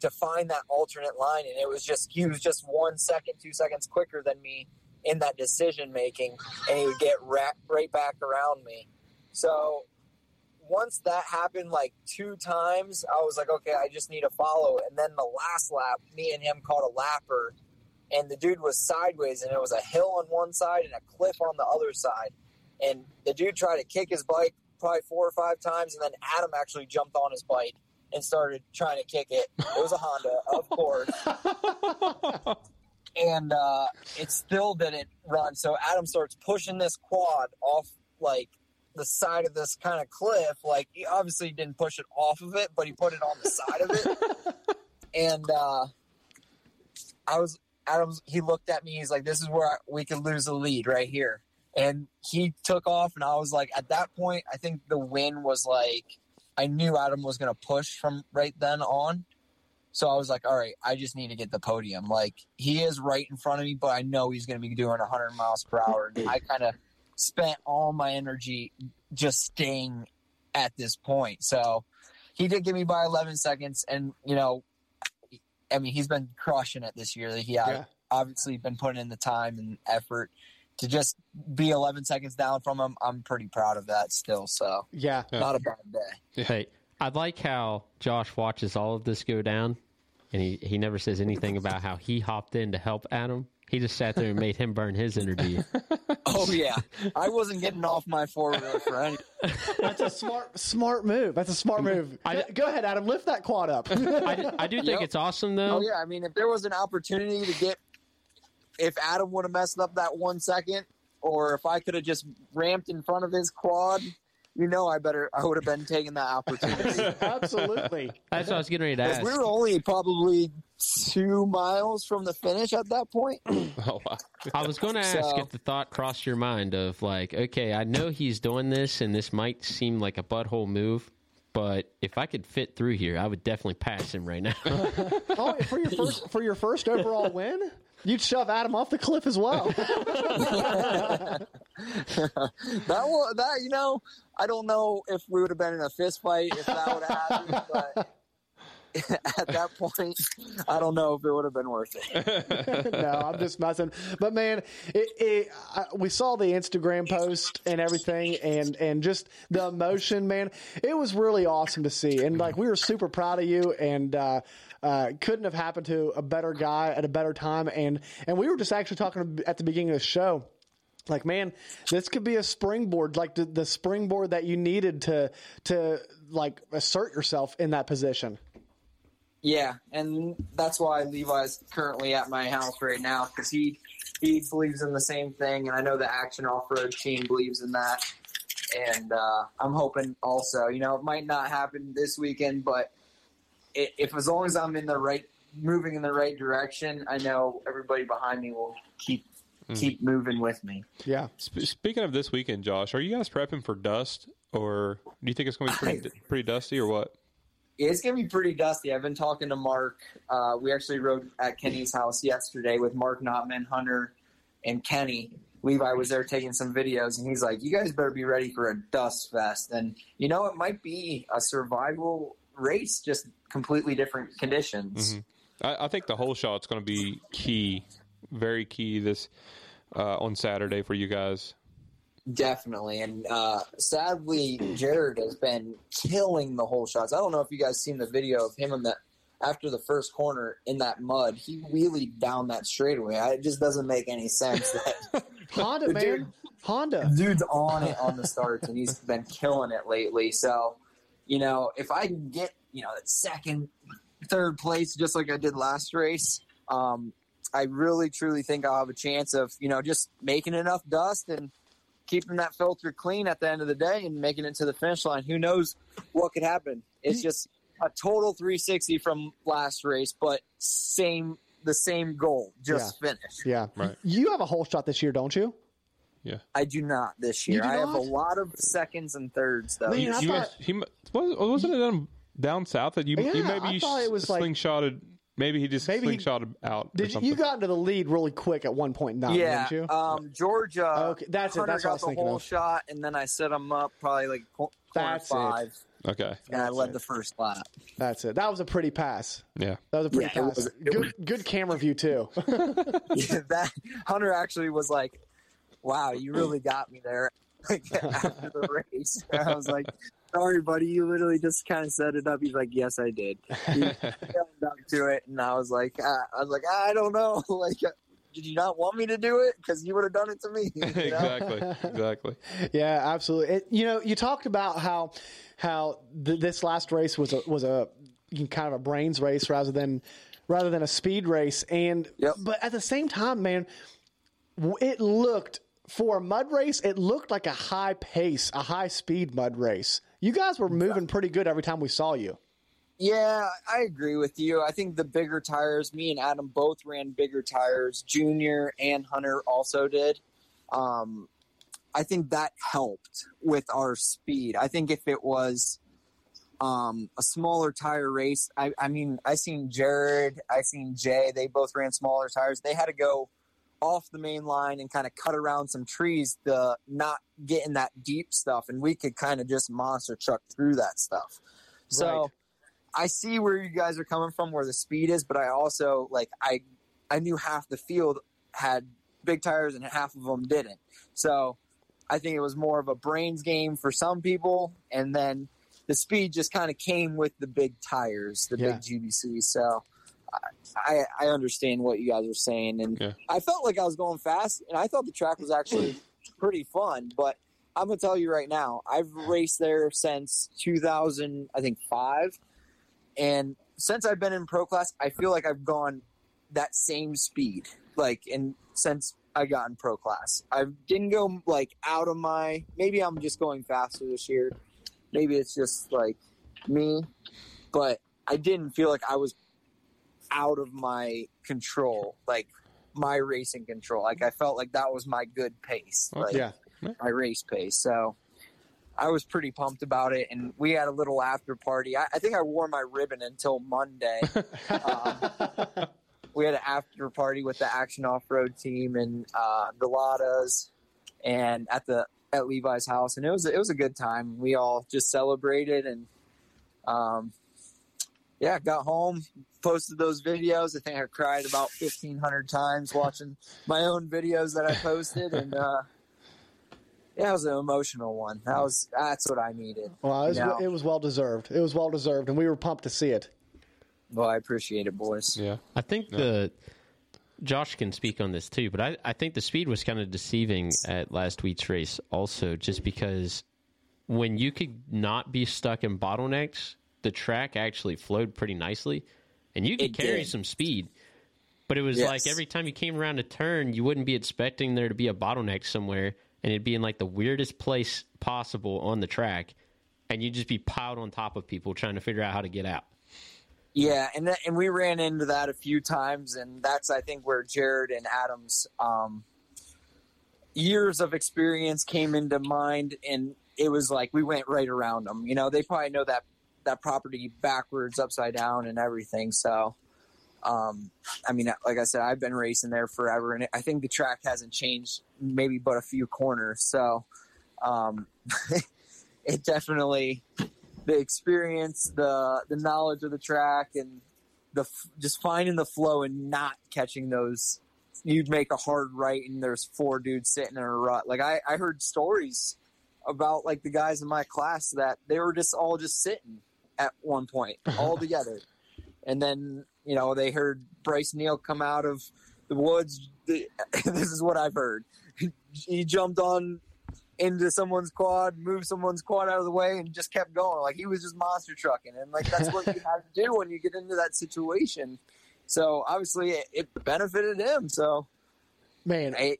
to find that alternate line and it was just he was just one second, two seconds quicker than me in that decision making and he would get ra- right back around me. So once that happened like two times, I was like, okay, I just need to follow. And then the last lap, me and him caught a lapper, and the dude was sideways, and it was a hill on one side and a cliff on the other side. And the dude tried to kick his bike probably four or five times, and then Adam actually jumped on his bike and started trying to kick it. It was a Honda, of course. and uh, it still didn't run. So Adam starts pushing this quad off like the side of this kind of cliff. Like he obviously didn't push it off of it, but he put it on the side of it. and uh, I was Adams. He looked at me. He's like, "This is where I, we could lose the lead right here." And he took off, and I was like, at that point, I think the win was like, I knew Adam was going to push from right then on. So I was like, all right, I just need to get the podium. Like he is right in front of me, but I know he's going to be doing 100 miles per hour. And I kind of spent all my energy just staying at this point. So he did get me by 11 seconds, and you know, I mean, he's been crushing it this year. He
Yeah.
obviously been putting in the time and effort to just be 11 seconds down from him. I'm pretty proud of that still. So
Yeah.
not a bad day.
Hey, I like how Josh watches all of this go down, and he, he never says anything about how he hopped in to help Adam. He just sat there and made him burn his energy.
Oh yeah, I wasn't getting off my four wheeler for any.
That's a smart smart move. That's a smart move. Go ahead, Adam. Lift that quad up.
I, do- I do think
Yep.
it's awesome though.
Oh yeah, I mean, if there was an opportunity to get, if Adam would have messed up that one second, or if I could have just ramped in front of his quad, you know, I better, I would have been taking that opportunity.
Absolutely.
That's what I was getting ready to
'Cause
ask.
we were only probably two miles from the finish at that point.
Oh, wow.
I was going to ask
So-
if the thought crossed your mind of like, okay, I know he's doing this, and this might seem like a butthole move, but if I could fit through here, I would definitely pass him right now.
Oh, for your first for your first overall win, you'd shove Adam off the cliff as well.
That was that. You know, I don't know if we would have been in a fist fight if that would have happened, but. At that point, I don't know if it would have been worth it.
no, I'm just messing. But man, it, it, I, we saw the Instagram post and everything, and and just the emotion, man. It was really awesome to see, and like we were super proud of you, and uh, uh, couldn't have happened to a better guy at a better time. And and we were just actually talking at the beginning of the show like man this could be a springboard like the, the springboard that you needed to to like assert yourself in that position
Yeah, and that's why Levi's currently at my house right now because he he believes in the same thing, and I know the Action Off Road team believes in that. And uh, I'm hoping also, you know, it might not happen this weekend, but i if as long as I'm in the right, moving in the right direction, I know everybody behind me will keep keep moving with me.
yeah
Sp- Speaking of this weekend, Josh, are you guys prepping for dust, or do you think it's going to be pretty, pretty dusty, or what?
Yeah, it's gonna be pretty dusty. I've been talking to Mark. Uh, we actually rode at Kenny's house yesterday with Mark Notman, Hunter, and Kenny. Levi was there taking some videos, and he's like, "You guys better be ready for a dust fest." And you know, it might be a survival race, just completely different conditions.
Mm-hmm. I, I think the whole shot's going to be key, very key this uh, on Saturday for you guys.
Definitely. And uh, sadly, Jared has been killing the whole shots. I don't know if you guys seen the video of him in that after the first corner in that mud. He wheelied down that straightaway. I, it just doesn't make any sense that.
honda man
Dude.
honda
dude's on it on the starts and he's been killing it lately. So, you know, if I can get, you know, that second, third place, just like I did last race, um, I really truly think I'll have a chance of, you know, just making enough dust and keeping that filter clean at the end of the day and making it to the finish line. Who knows what could happen? It's just a total 360 from last race, but same, the same goal, just finish.
yeah
Right.
you have a whole shot this year don't you
I do not this
You
year.
do
I have a
not?
lot of seconds and thirds though.
Man, I
You
thought-
must- he mu- was- wasn't it on down south that you,
Yeah,
you
I
maybe you
thought it was like-
slingshotted. maybe he just
Maybe he-
slingshotted out. or
Did you,
something.
you got into the lead really quick at one point in time,
yeah,
didn't you?
um, Georgia.
Okay, that's it,
Hunter
that's what
got
I was
the
thinking
whole
of.
shot, and then I set him up probably like cor- corner
That's it.
five,
Okay.
and I
That's
led
it.
the first lap.
That's it. That was a pretty pass.
Yeah.
That was a pretty
Yeah, it
pass.
was- it
good, good camera view too.
Yeah, that Hunter actually was like, "Wow, you really got me there." Like after the race, I was like, "Sorry, buddy, you literally just kind of set it up." He's like, "Yes, I did." He held up to it, and I was like, uh, "I was like, I don't know. Like, uh, did you not want me to do it? Because you would have done it to me." you know?
exactly. Exactly.
yeah, absolutely. It, you know, you talked about how how th- this last race was a was a kind of a brains race rather than rather than a speed race, and
Yep.
but at the same time, man, w- it looked for a mud race, it looked like a high pace, a high speed mud race. You guys were moving pretty good every time we saw you.
Yeah, I agree with you. I think the bigger tires, me and Adam both ran bigger tires. Junior and Hunter also did. Um, I think that helped with our speed. I think if it was um, a smaller tire race, I, I mean, I seen Jared, I seen Jay, they both ran smaller tires. They had to go off the main line and kind of cut around some trees to not get in that deep stuff. And we could kind of just monster truck through that stuff. So.
Right.
I see where you guys are coming from, where the speed is, but I also like I I knew half the field had big tires and half of them didn't. So I think it was more of a brains game for some people, and then the speed just kind of came with the big tires, the
Yeah.
big GBC. So I, I I understand what you guys are saying, and
Yeah.
I felt like I was going fast, and I thought the track was actually pretty fun, but. I'm gonna tell you right now. I've raced there since 2000, I think five, and since I've been in pro class, I feel like I've gone that same speed. Like, and since I got in pro class, I didn't go like out of my. Maybe I'm just going faster this year. Maybe it's just like me, but I didn't feel like I was out of my control. Like my racing control. Like I felt like that was my good pace. Like,
Yeah.
my race pace. So I was pretty pumped about it, and we had a little after party. I, I think I wore my ribbon until Monday. um, we had an after party with the Action Off Road team and uh, Galatas, and at the at Levi's house, and it was it was a good time. We all just celebrated and. Um, yeah, got home, posted those videos. I think I cried about fifteen hundred times watching my own videos that I posted, and uh, yeah, it was an emotional one. That was that's what I needed.
Well, it was,
No.
it was well deserved. It was well deserved, and we were pumped to see it.
Well, I appreciate it, boys.
Yeah.
I think the Josh can speak on this too, but I, I think the speed was kind of deceiving at last week's race also, just because when you could not be stuck in bottlenecks, the track actually flowed pretty nicely and you could
It
carry
did.
some speed. But it was
Yes.
like every time you came around a turn, you wouldn't be expecting there to be a bottleneck somewhere and it'd be in like the weirdest place possible on the track and you'd just be piled on top of people trying to figure out how to get out.
Yeah, and that, and we ran into that a few times, and that's I think where Jared and Adams um, years of experience came into mind, and it was like we went right around them. You know, they probably know that that property backwards, upside down, and everything. So, um, I mean, like I said, I've been racing there forever, and I think the track hasn't changed maybe but a few corners. So, um, it definitely the experience, the the knowledge of the track, and the f- just finding the flow and not catching those. You'd make a hard right, and there's four dudes sitting in a rut. Like I, I heard stories about like the guys in my class that they were just all just sitting at one point all together, and then you know they heard Bryce Neal come out of the woods. The- this is what I've heard. He jumped on into someone's quad, move someone's quad out of the way, and just kept going. Like he was just monster trucking, and like that's what you have to do when you get into that situation. So obviously, it, it benefited him. So
Man,
it,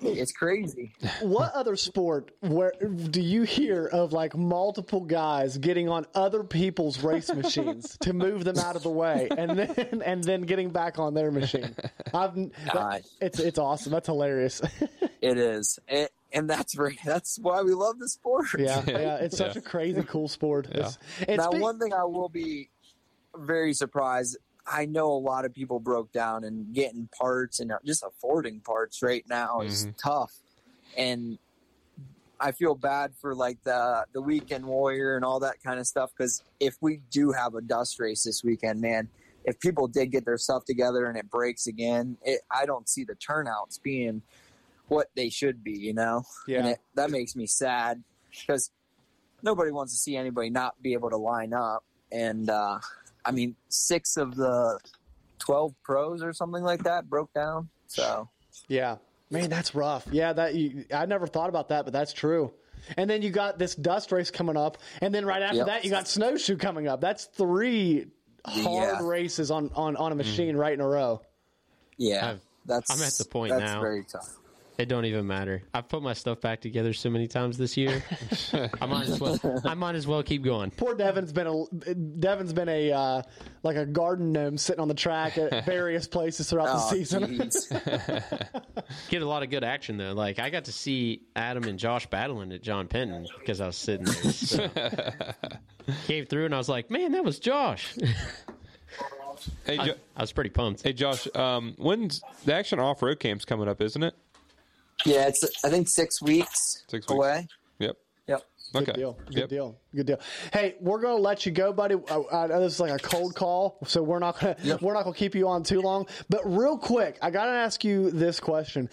it's crazy.
what other sport where do you hear of like multiple guys getting on other people's race machines to move them out of the way and then and then getting back on their machine? I've that-
God.
it's it's awesome. That's hilarious.
It is. It and that's very, that's why we love the sport.
Yeah, yeah, it's such a crazy cool sport. It's, it's
now,
big-
one thing I will be very surprised. I know a lot of people broke down and getting parts and just affording parts right now is tough. And I feel bad for like the the weekend warrior and all that kind of stuff because if we do have a dust race this weekend, man, if people did get their stuff together and it breaks again, it, I don't see the turnouts being what they should be, you know.
Yeah.
and it, that makes me sad because nobody wants to see anybody not be able to line up. And uh, I mean, six of the twelve pros or something like that broke down. So
Yeah, man, that's rough. Yeah, that you, I never thought about that, but that's true. And then you got this dust race coming up, and then right after
Yep.
that you got snowshoe coming up. That's three hard
Yeah.
races on on on a machine right in a row.
yeah,
I've-
that's
I'm at the point
that's
now.
very tough.
It don't even matter. I've put my stuff back together so many times this year. I might as well. I might as well keep going.
Poor Devin's been a Devin's been a uh, like a garden gnome sitting on the track at various places throughout the
Oh,
season.
jeez.
Get a lot of good action though. Like I got to see Adam and Josh battling at John Penton because I was sitting there. So. Came through and I was like, man, that was Josh.
Hey,
I,
jo-
I was pretty pumped.
hey Josh, um, when's the action off road camp's coming up, isn't it?
Yeah, it's I think six weeks
Six weeks.
away.
Yep.
Yep.
Okay.
Good deal. Good
Yep.
deal. Good deal. Hey, we're gonna let you go, buddy. I, I know this is like a cold call, so we're not gonna we're not gonna keep you on too long. But real quick, I gotta ask you this question: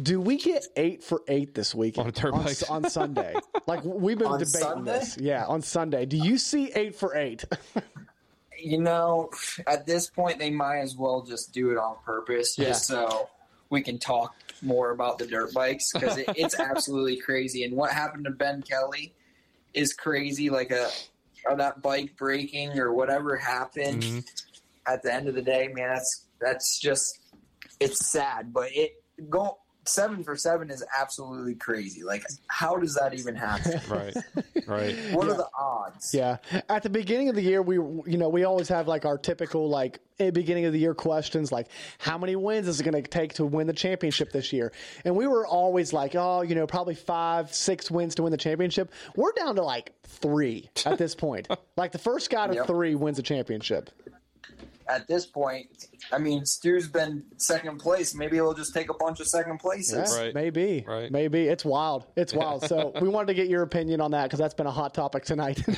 Do we get eight for eight this weekend
On a dirt
on,
bike.
S- on Sunday? like we've been
On
debating
Sunday?
this. Yeah, on Sunday. Do you see eight for eight?
You know, at this point, they might as well just do it on purpose, just so we can talk more about the dirt bikes because it, it's absolutely crazy. And what happened to Ben Kelly is crazy. Like a or that bike breaking or whatever happened.
Mm-hmm.
At the end of the day, man, that's that's just it's sad, but it go seven for seven is absolutely crazy. Like, how does that even happen?
Right. right.
What are the odds?
Yeah. At the beginning of the year, we you know we always have like our typical like eh, beginning of the year questions like how many wins is it going to take to win the championship this year? And we were always like, oh, you know, probably five, six wins to win the championship. We're down to like three at this point. like the first guy to
Yep.
three wins a championship.
at this point, I mean, Stu's been second place. Maybe he'll just take a bunch of second places.
Yeah,
Right.
Maybe.
Right.
Maybe. It's wild. It's wild. so we wanted to get your opinion on that because that's been a hot topic tonight.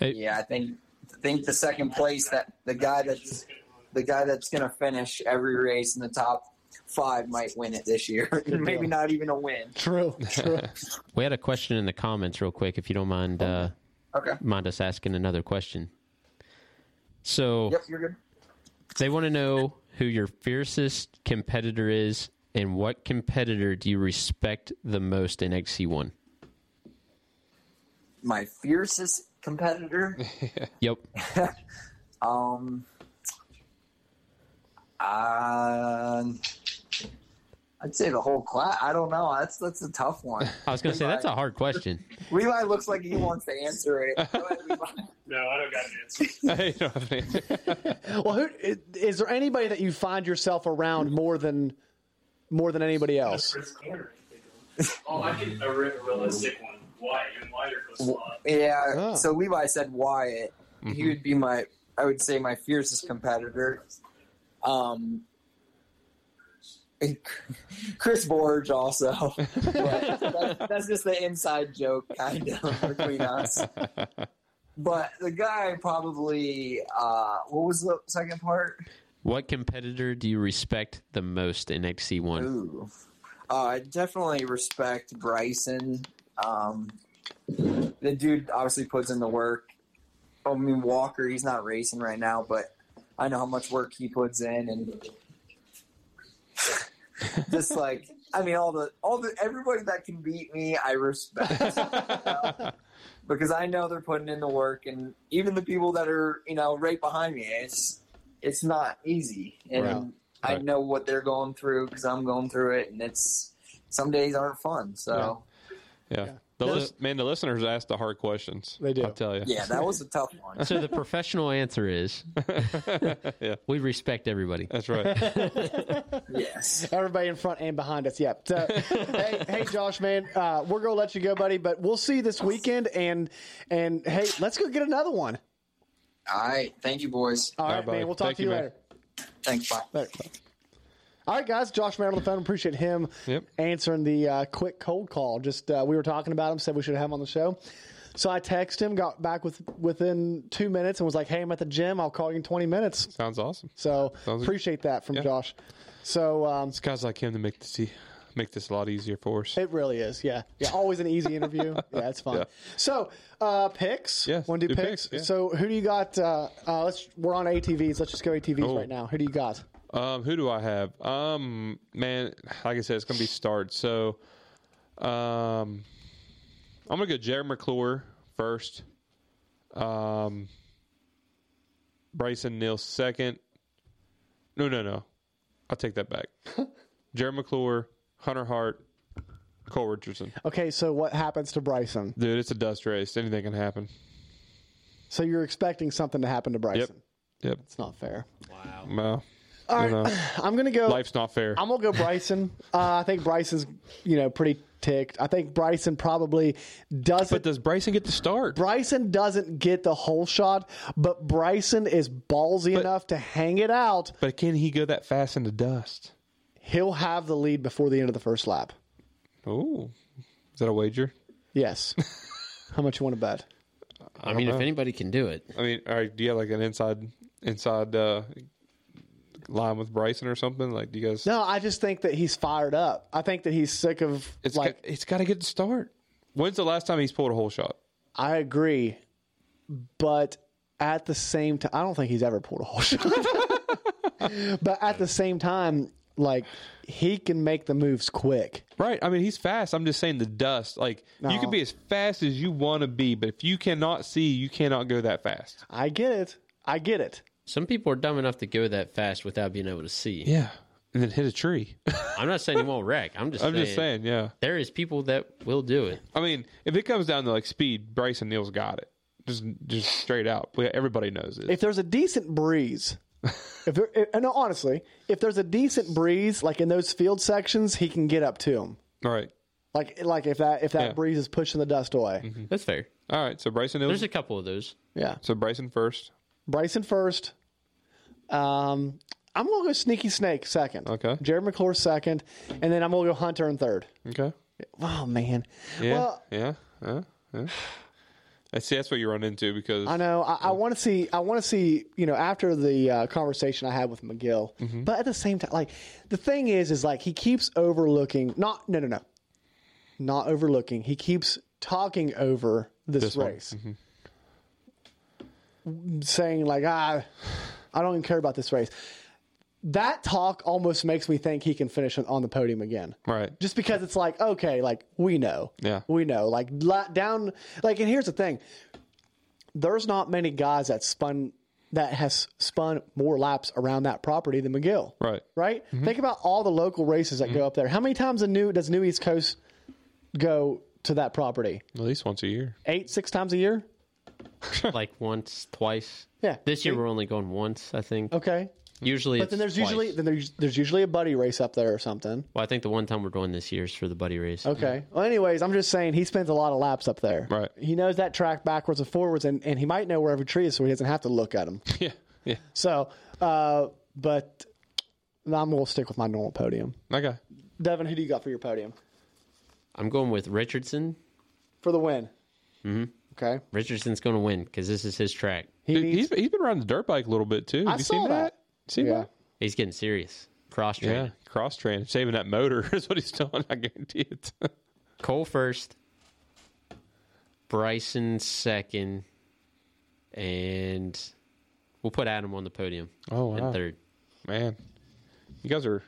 Yeah, I think I think the second place that the guy that's the guy that's going to finish every race in the top five might win it this year. Maybe not even a win.
true. True.
We had a question in the comments, real quick, if you don't mind. Uh,
Okay.
mind us asking another question. So
Yep, you're good.
they want to know who your fiercest competitor is, and what competitor do you respect the most in XC1?
My fiercest competitor.
Yep.
Um, uh, I'd say the whole class. I don't know. That's that's a tough one.
I was going to say that's a hard question.
Levi looks like he wants to answer it. Go ahead, Levi.
No, I don't got an answer.
Hey, you don't have an answer.
Well, who i- is there anybody that you find yourself around more than more than anybody else?
oh, I need a re- realistic one. Why? Even why you're close to lot.
Yeah.
Ah.
So Levi said Wyatt. He would be my, I would say, my fiercest competitor. Um, Chris Borge also. But that's, that's just the inside joke, kind of between us. But the guy probably. Uh, what was the second part?
What competitor do you respect the most in XC1?
Ooh. Uh, I definitely respect Bryson. Um, the dude obviously puts in the work. I mean, Walker, he's not racing right now, but I know how much work he puts in, and just like I mean, all the all the everybody that can beat me, I respect you know? because I know they're putting in the work, and even the people that are you know right behind me, it's it's not easy, and
Right.
I
Right.
know what they're going through because I'm going through it, and it's some days aren't fun. So
Yeah. The
No.
lis- man, the listeners asked the hard questions.
They do.
I'll tell you.
Yeah, that was a tough one.
So the professional answer is
Yeah.
we respect everybody.
That's right.
yes.
Everybody in front and behind us. Yep. So, hey, hey, Josh, man, uh, we're gonna let you go, buddy. But we'll see you this weekend, and and hey, let's go get another one.
All right. Thank you, boys.
All
right,
right,
buddy.
man. We'll talk
Thank
to you,
you, man.
later.
Thanks. Bye.
Later. All right, guys. Josh Mann on the phone. Appreciate him
Yep.
answering the uh, quick cold call. Just uh, we were talking about him. Said we should have him on the show. So I texted him. Got back with within two minutes and was like, "Hey, I'm at the gym. I'll call you in 20 minutes."
Sounds awesome.
So
Sounds-
appreciate that from
yeah.
Josh. So um,
It's guys like him to make this e- make this a lot easier for us.
It really is, yeah. Yeah, always an easy interview. yeah, it's fun.
Yeah.
So, uh, picks.
Yes,
Want to do
do
picks?
picks, yeah.
So, who do you got? Uh, uh, let's. We're on ATVs. Let's just go ATVs
Oh.
right now. Who do you got?
Um, who do I have? Um, man, like I said, it's gonna be starts. So, um, I'm gonna go Jared McClure first. Um, Bryson Neal second. No, no, no. I'll take that back. Jared McClure, Hunter Hart, Cole Richardson.
Okay, so what happens to Bryson?
Dude, it's a dust race. Anything can happen.
So you're expecting something to happen to Bryson?
Yep. Yep.
It's not fair.
Well,
All
you
right,
know,
I'm gonna go.
life's not fair.
I'm gonna go Bryson. uh, I think Bryson's, you know, pretty ticked. I think Bryson probably doesn't
but does Bryson get the start?
Bryson doesn't get the whole shot, but Bryson is ballsy enough to hang it out.
but can he go that fast in the dust?
He'll have the lead before the end of the first lap.
Oh, is that a wager?
Yes. How much you want to bet?
I mean, if anybody can do it,
I mean, all right, do you have like an inside inside uh, line with Bryson or something? Like, do you guys?
No, I just think that he's fired up. I think that he's sick of
it's
like.
got, it's got to get the start. When's the last time he's pulled a whole shot?
I agree, but at the same time, I don't think he's ever pulled a whole shot. but at the same time, like he can make the moves quick.
Right. I mean, he's fast. I'm just saying the dust. Like, you
No.
can be as fast as you want to be, but if you cannot see, you cannot go that fast.
I get it. I get it.
some people are dumb enough to go that fast without being able to see.
Yeah. And then hit a tree.
I'm not saying you won't wreck. I'm just
I'm
saying,
just saying. Yeah.
there is people that will do it.
I mean, if it comes down to like speed, Bryson Neal's got it. Just, just straight out. We, everybody knows it.
if there's a decent breeze, if there, eh, and no, honestly, if there's a decent breeze, like in those field sections, he can get up to him.
All right.
Like, like if that if that
Yeah. Mm-hmm.
breeze is pushing the dust away,
That's fair.
All right. So Bryson
There's
Neal's.
a couple of those.
yeah.
so Bryson first.
Bryson first. Um, I'm gonna go Sneaky Snake second.
Okay. Mm.
Jared McClure second, and then I'm gonna go Hunter in third.
Okay.
Oh man.
Yeah,
Well,
yeah, yeah, yeah. I see. That's what you run into because
I know. I, I want to see. I want to see. You know, after the uh, conversation I had with McGill, but at the same time, like the thing is, is like he keeps overlooking. Not no no no, not overlooking. He keeps talking over this,
This one.
race, saying like ah, I don't even care about this race. That talk almost makes me think he can finish on the podium again
right.
just because it's like okay like we know
Yeah.
we know like la- down like and here's the thing there's not many guys that spun that has spun more laps around that property than mcgill
Right.
right
Mm-hmm.
think about all the local races that go up there how many times a new does new east coast go to that property
At least once a year.
eight six times a year
like once, twice.
Yeah.
This year we're only going once, I think.
okay
Usually,
Oh. but then there's usually
The-
then there's there's usually a buddy race up there or something
well, I think the one time we're doing this year is for the buddy race.
Okay. Well, anyways, I'm just saying he spends a lot of laps up there.
Right.
He knows that track backwards and forwards, and, and he might know where every tree is, so he doesn't have to look at them.
Yeah. Yeah.
So, uh, but I'm going to stick with my normal podium.
Okay.
Devin, who do you got for your podium
I'm going with Richardson.
for the win? Mm-hmm. Okay.
Richardson's going to win because this is his track.
He
Dude,
needs,
he's he's been riding the dirt bike a little bit too. Have
I
you
saw
seen
that.
that? Seen
yeah.
that?
He's getting serious. Cross
Yeah.
train.
Cross train, saving that motor is what he's doing. I guarantee it.
Cole first, Bryson second, and we'll put Adam on the podium
oh
and third.
man, you guys are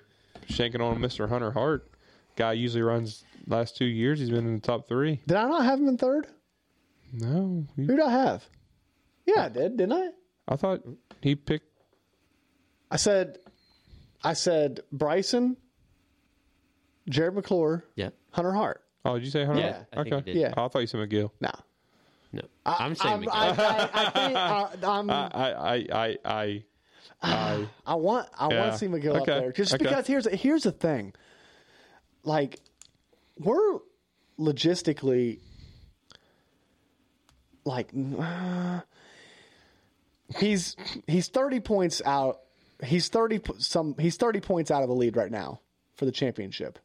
shanking on Mr. Hunter Hart. Guy usually runs last two years. He's been in the top three.
Did I not have him in third?
No, you-
Who did I have? Yeah, I did, didn't I?
I thought he picked.
I said, I said Bryson, Jared McClure,
Yeah.
Hunter Hart.
Oh, did you say Hunter?
Yeah, I think
okay.
he did.
Yeah.
Oh, I thought you said McGill.
No.
No,
I,
I'm saying
Um, I,
McGill.
I, I, I think uh, I'm,
Mm-hmm.
I, I, I, I, I,
I want I want
Yeah.
to see McGill up
Okay.
there just
Okay.
because here's here's the thing. Like we're logistically like uh, he's he's 30 points out. He's 30 p- some he's 30 points out of the lead right now for the championship.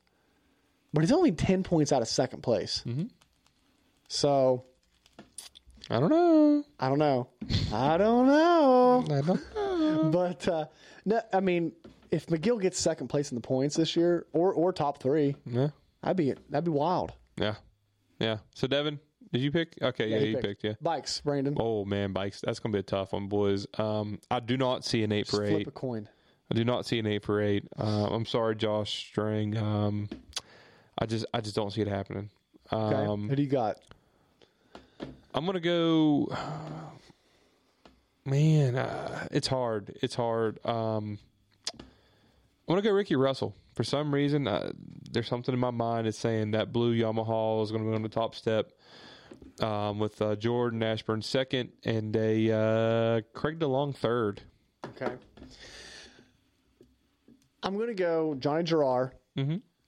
But he's only 10 points out of second place.
Mm-hmm.
So,
I don't know.
I don't know. I don't know.
I don't
But uh, no, I mean, if McGill gets second place in the points this year, or or top three,
Yeah.
that'd be that'd be wild.
Yeah. Yeah. So Devin, did you pick? Okay. Yeah,
he
you
picked.
picked. Yeah.
Bikes, Brandon.
Oh man, bikes. That's gonna be a tough one, boys. Um, I do not see an eight for
Flip
eight.
a coin.
I do not see an eight for eight. Uh, I'm sorry, Josh String. Um, I just, I just don't see it happening.
Okay.
Um,
Who do you got?
I'm gonna go. Man, uh, it's hard. It's hard. Um, I'm gonna go Ricky Russell. For some reason, uh, there's something in my mind that's saying that blue Yamaha is gonna be on the top step um, with uh, Jordan Ashburn second and a uh, Craig DeLong third.
Okay. I'm gonna go Johnny Gerard.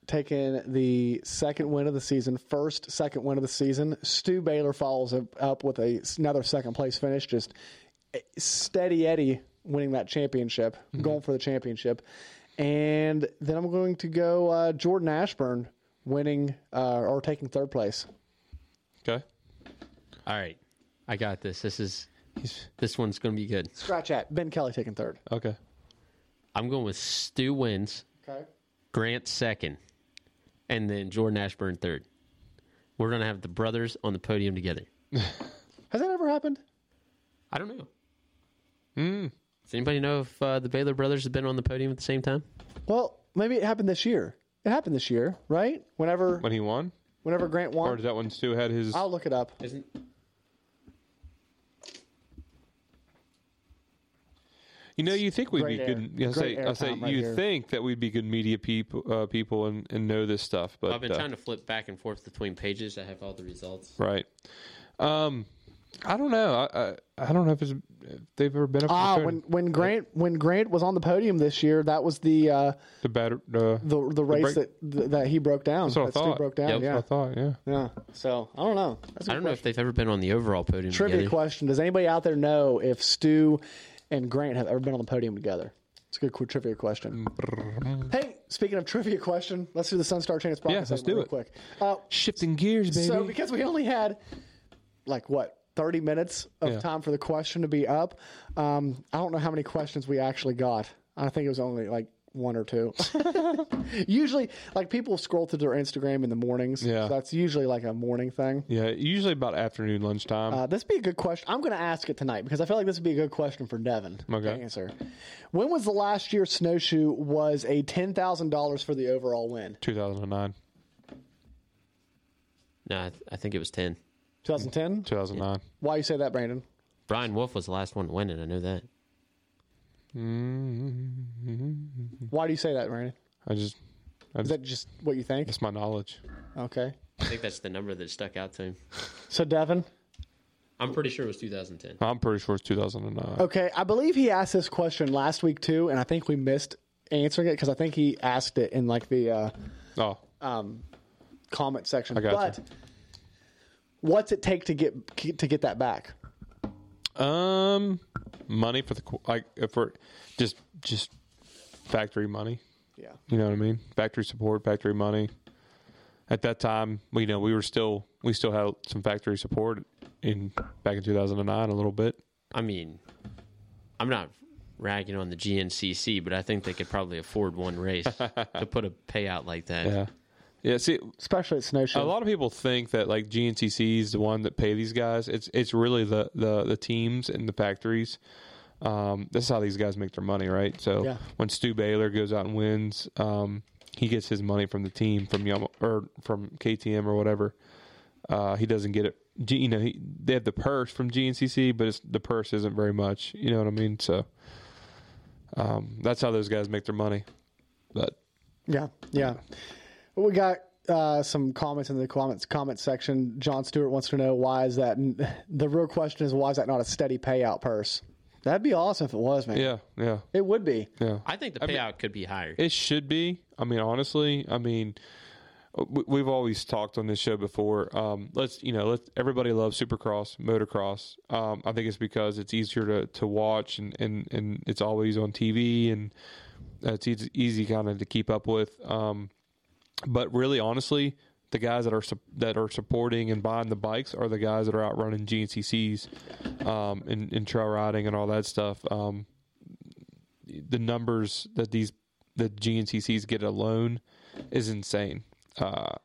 Taking the second win of the season, first second win of the season. Stu Baylor follows up- up with a, another second place finish. Just eh, steady Eddie winning that championship, going for the championship. And then I'm going to go uh, Jordan Ashburn winning uh, or taking third place.
Okay,
All right, I got this. This is
He's-
this one's going to be good.
Scratch at Ben Kelly taking third.
okay.
I'm going with Stu wins,
Okay.
Grant second, and then Jordan Ashburn third. We're going to have the brothers on the podium together.
Has that ever happened?
I don't know. Hmm. Does anybody know if uh, the Baylor brothers have been on the podium at the same time?
Well, maybe it happened this year. It happened this year, right? Whenever
When he won,
whenever Grant
or
won,
does that one Stu had his?
I'll look it up.
Isn't
You know, you think we'd
Great
be
air.
good. I say,
Great
I say,
airtime right
you
here.
think that we'd be good media people, uh, people, and, and know this stuff. But
I've been
uh,
trying to flip back and forth between pages. I have all the results.
Right. Um, I don't know. I I, I don't know if, it's, if they've ever been up.
Ah,
to the,
when when Grant when Grant was on the podium this year, that was the uh,
the batter. Uh,
the the race
break-
that th- that he broke down.
what I
that Stu
thought.
broke down.
Yep.
I
Yeah,
thought. Yeah.
yeah. So I don't know. That's a
I
good
don't know if they've ever been on the overall podium
trivia
together.
question. Does anybody out there know if Stu and Grant have ever been on the podium together? It's a good qu- trivia question.
Mm,
Hey, speaking of trivia question, let's do the Sunstar Chance Bronco
Yeah, let's
segment
do
real
it.
quick. Uh,
Shifting gears, baby.
So because we only had like what thirty minutes of
Yeah.
time for the question to be up, um, I don't know how many questions we actually got. I think it was only like one or two. usually, like people scroll through their Instagram in the mornings.
Yeah.
so that's usually like a morning thing.
yeah, usually about afternoon lunchtime.
Uh, this would be a good question. I'm going to ask it tonight because I feel like this would be a good question for Devin to
Okay.
answer. When was the last year snowshoe was a ten thousand dollars for the overall win?
2009,
No, I, th- I think it was 10.
2010.
2009.
Why you say that, Brandon?
Brian Wolf was the last one to win it. I know that.
Why do you say that, Brandon?
I just
Is that just what you think?
that's my knowledge.
Okay.
I think that's the number that stuck out to him.
So Devin.
I'm pretty sure it was 2010.
I'm pretty sure it's 2009.
Okay, I believe he asked this question last week too, and I think we missed answering it because I think he asked it in like the uh,
Oh,
comment section.
I gotcha.
But what's it take to get to get that back?
um, money for the qu- like if we're just just factory money.
Yeah.
You know what I mean? Factory support, factory money. At that time, we you know we were still we still had some factory support in back in 2009 a little bit.
I mean, I'm not ragging on the GNCC, but I think they could probably afford one race to put a payout like that.
Yeah, yeah. See,
Especially at snowshoe.
a lot of people think that like GNCC is the one that pay these guys. It's it's really the the, the teams and the factories. Um, this is how these guys make their money, right? So
Yeah.
when Stu Baylor goes out and wins, um, he gets his money from the team from Yama or from KTM or whatever. Uh, he doesn't get it. G, you know, he, they have the purse from GNCC, but it's, the purse isn't very much. You know what I mean? So um, that's how those guys make their money. But
Yeah, yeah. Well, we got uh, some comments in the comments comment section. John Stewart wants to know why is that? The real question is why is that not a steady payout purse? That'd be awesome if it was, man.
Yeah, yeah,
It would be.
yeah.
I think the payout could be higher.
It should be. I mean, honestly, I mean, we- we've always talked on this show before. Um, let's you know, let everybody loves Supercross, motocross. Um, I think it's because it's easier to, to watch and, and and it's always on TV and uh, it's easy, easy kind of to keep up with. Um, but really, honestly, the guys that are sup- that are supporting and buying the bikes are the guys that are out running GNCCs um, and, and trail riding and all that stuff. Um, the numbers that these the GNCCs get alone is insane. Uh,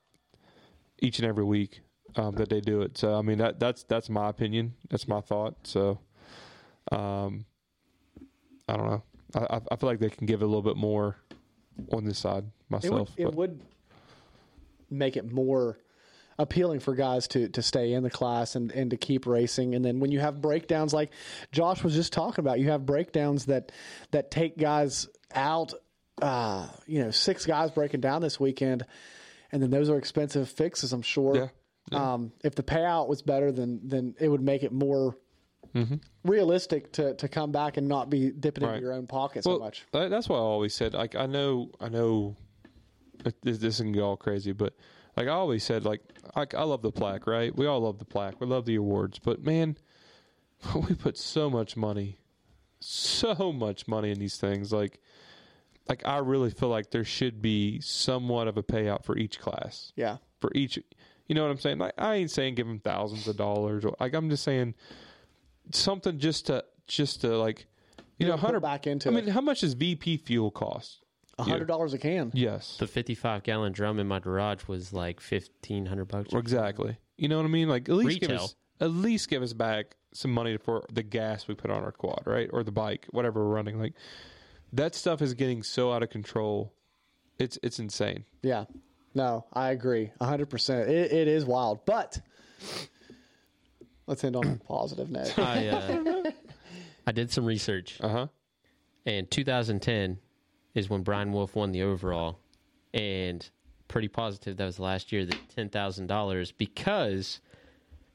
each and every week um, that they do it. So I mean that that's that's my opinion. That's my thought. So um, I don't know. I, I- I feel like they can give it a little bit more on this side
It would,
myself.
it
but-
would make it more appealing for guys to, to stay in the class and, and to keep racing. And then when you have breakdowns like Josh was just talking about, you have breakdowns that that take guys out. Uh, you know, six guys breaking down this weekend, and then those are expensive fixes. I'm sure.
Yeah,
Um, if the payout was better, then then it would make it more. Realistic to, to come back and not be dipping
Mm-hmm. Right.
into your own pocket so much.
that- that's why I always said, like, I know, I know, it- this, this can go all crazy, but like I always said, like, I, I love the plaque, right? We all love the plaque. We love the awards, but man, we put so much money, so much money in these things. Like, like I really feel like there should be somewhat of a payout for each class
Yeah.
for each. You know what I'm saying? Like I ain't saying give them thousands of dollars. Or, like I'm just saying something just to just to like you know
put
hundred
back into
I mean,
it.
how much does VP fuel cost?
A hundred dollars a can.
Yes,
the 55 gallon drum in my garage was like 1500 bucks.
exactly. You know what I mean? Like at least give
Retail.
us at least give us back some money for the gas we put on our quad, right, or the bike, whatever we're running. Like that stuff is getting so out of control. It's it's insane.
Yeah. No, I agree. 100%. It, it is wild. But let's end on a positive note.
I, uh, I did some research,
Uh huh.
and 2010 is when Brian Wolf won the overall, and pretty positive that was last year. The ten thousand dollars because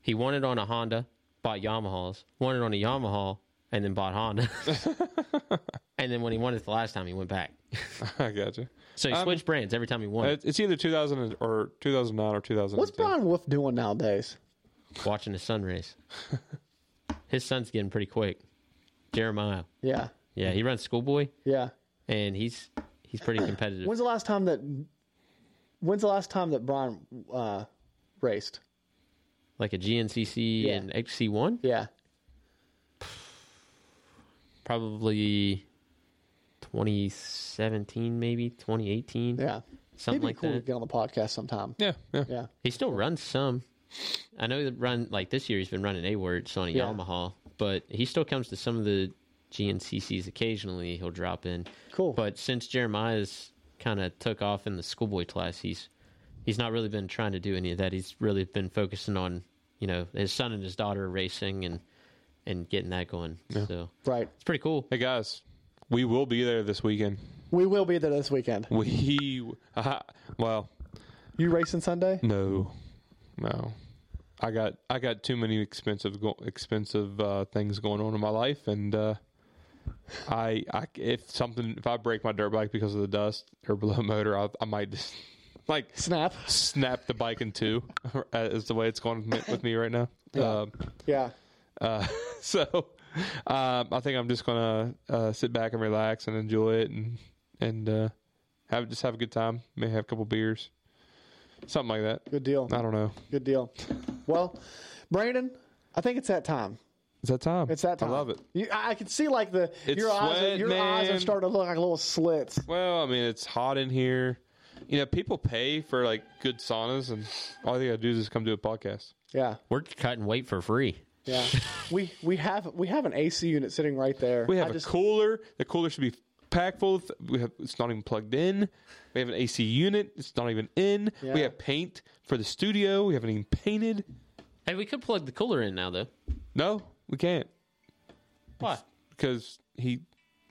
he won it on a Honda, bought Yamahas, won it on a Yamaha, and then bought Honda. and then when he won it the last time, he went back.
I gotcha.
So he switched brands every time he won. it,
It's it's either 2000 or 2009 or 2000.
What's Brian Wolf doing nowadays?
watching his sun race. his son's getting pretty quick, Jeremiah.
Yeah.
Yeah, he runs schoolboy,
Yeah.
and he's he's pretty competitive.
When's the last time that When's the last time that Brian uh raced?
like a GNCC
Yeah.
and XC1,
Yeah.
probably 2017, maybe 2018,
Yeah. It'd
something
be
like
cool to
that.
get on the podcast sometime.
Yeah, yeah.
Yeah.
He still runs some. I know that run like this year he's been running A words on a
Yeah.
Yamaha, but he still comes to some of the GNCCs occasionally. He'll drop in.
Cool.
But since Jeremiah's kind of took off in the schoolboy class, he's he's not really been trying to do any of that. He's really been focusing on you know his son and his daughter are racing and and getting that going. So
Right.
it's pretty cool.
Hey guys, we will be there this weekend.
We will be there this weekend.
We uh, well,
You racing Sunday?
no, no. I got I got too many expensive go- expensive uh, things going on in my life, and uh, I I if something if I break my dirt bike because of the dust or blow motor, I, I might just like
Snap.
snap the bike in two. Is the way it's going with me, with me right now. Um,
Yeah.
Uh, so um, I think I'm just gonna uh, sit back and relax and enjoy it and and uh, have just have a good time. May have a couple beers, something like that.
Good deal.
I don't know.
Good deal. Well, Brandon, I think it's that time.
It's that time.
It's that time.
I love it.
You, I I can see like the
It's
your eyes. Are,
sweat,
your eyes are
man.
starting to look like little slits.
Well, I mean, it's hot in here. You know, people pay for like good saunas, and all they gotta do is just come do a podcast.
Yeah,
We're cutting weight for free.
yeah. we we have we have an AC unit sitting right there.
We have
I
a
just,
cooler. The cooler should be packed full. Of we have it's not even plugged in. We have an AC unit. It's not even in.
Yeah.
We have paint for the studio. We haven't even painted.
Hey, we could plug the cooler in now though.
No, we can't
What?
because he.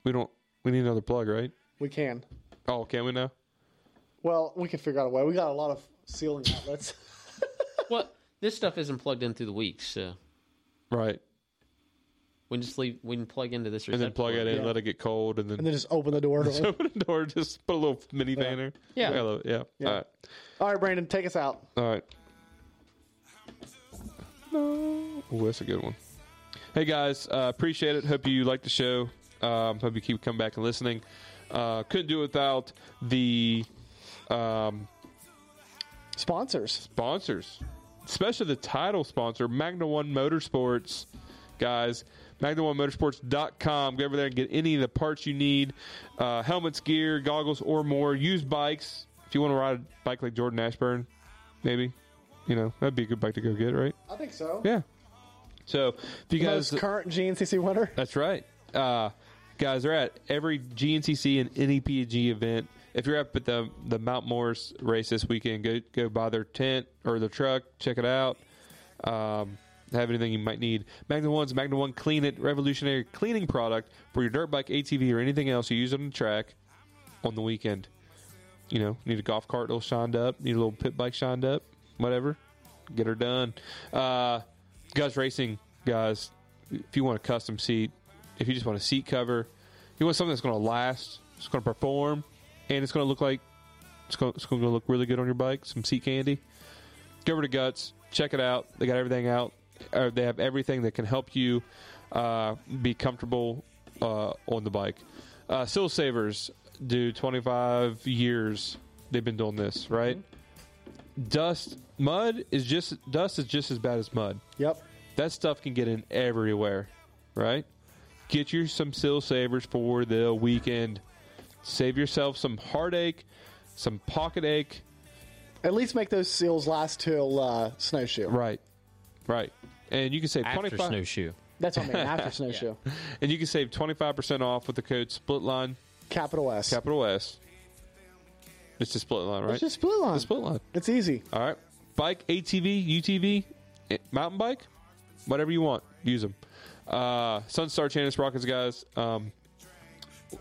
We don't. We need another plug, right?
we can.
Oh, can we now?
Well, we can figure out a way. We got a lot of sealing outlets.
Well, this stuff isn't plugged in through the week, so
Right.
we can just leave. We can plug into this
And
receptacle.
then plug it in,
Yeah.
let it get cold, and then,
And then just open the door. to it.
open the door, just put a little mini fan there.
Yeah.
I love it. Yeah.
Yeah.
All right.
All right, Brandon, take us out.
All right. No. Ooh, that's a good one. Hey guys, uh, appreciate it. Hope you like the show. Um, hope you keep coming back and listening. Uh, couldn't do it without the um,
Sponsors.
sponsors, especially the title sponsor, Magna One Motorsports. Guys, magna1motorsports.com. Go over there and get any of the parts you need uh, helmets, gear, goggles, or more. Used bikes. If you want to ride a bike like Jordan Ashburn, maybe, you know, that'd be a good bike to go get, right?
I think so.
Yeah. So, if you guys.
Most current GNCC winner.
That's right. Uh, guys, they're at every GNCC and NEPG event. If you're up at the the Mount Morris race this weekend, go go buy their tent or their truck, check it out. Um, have anything you might need. Magna One's Magna One Clean It revolutionary cleaning product for your dirt bike, ATV, or anything else you use on the track on the weekend. You know, need a golf cart little shined up, need a little pit bike shined up, whatever. Get her done. Uh, Gus Racing, guys, if you want a custom seat, if you just want a seat cover, you want something that's going to last, it's going to perform, and it's going to look like it's going, it's going to look really good on your bike. Some seat candy. Go over to Guts, check it out. They got everything out. Uh, they have everything that can help you uh, be comfortable uh, on the bike. Uh, Seal Savers do 25 years. They've been doing this right. Dust, mud is just dust is just as bad as mud.
Yep.
That stuff can get in everywhere, right? Get you some seal savers for the weekend. Save yourself some heartache, some pocket ache.
At least make those seals last till uh, snowshoe.
Right, right. And you can save
after
twenty five.
snowshoe.
That's what I mean. After snowshoe,
And you can save twenty five percent off with the code SPLITLINE
capital S.
capital S. It's the split line, right?
It's just split line.
The split line.
It's easy.
All right. Bike, ATV, UTV, eh, mountain bike, whatever you want, use them. Uh, Sunstar Chanis Rockets, guys. Um,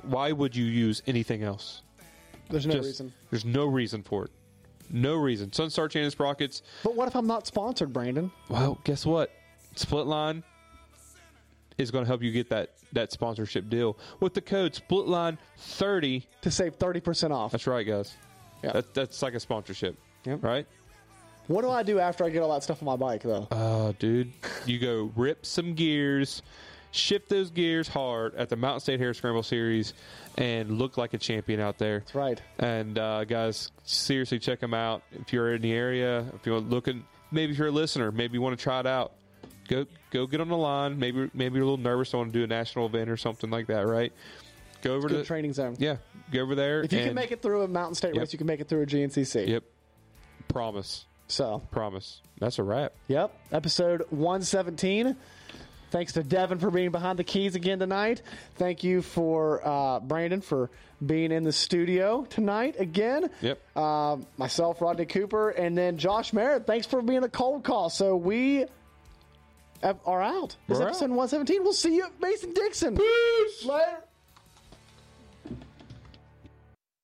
why would you use anything else?
There's no
Just-
reason.
There's no reason for it. No reason. Sunstar Chanis Rockets.
But what if I'm not sponsored, Brandon?
Well, guess what? Splitline is going to help you get that that sponsorship deal with the code SPLITLINE30
To save 30% off.
That's right, guys.
Yeah.
That, that's like a sponsorship,
Yep.
right?
What do I do after I get all that stuff on my bike, though?
Oh, dude, you go rip some gears, shift those gears hard at the Mountain State Hair Scramble Series, and look like a champion out there.
That's right.
And uh, guys, seriously, check them out. If you're in the area, if you're looking, maybe if you're a listener, maybe you want to try it out. Go go get on the line. Maybe maybe you're a little nervous. Don't want to do a national event or something like that, right? Go over
Good
to
training zone.
yeah. Go over there.
If you can
and-
make it through a mountain state
Yep.
race, you can make it through a GNCC.
Yep. Promise.
So,
Promise. That's a wrap.
yep. Episode 117. Thanks to Devin for being behind the keys again tonight. Thank you for uh, Brandon for being in the studio tonight again.
Yep.
Um, myself, Rodney Cooper, and then Josh Merritt. Thanks for being a cold call. So we have- are out. This
We're
episode
out.
117. We'll see you at Mason Dixon. Later.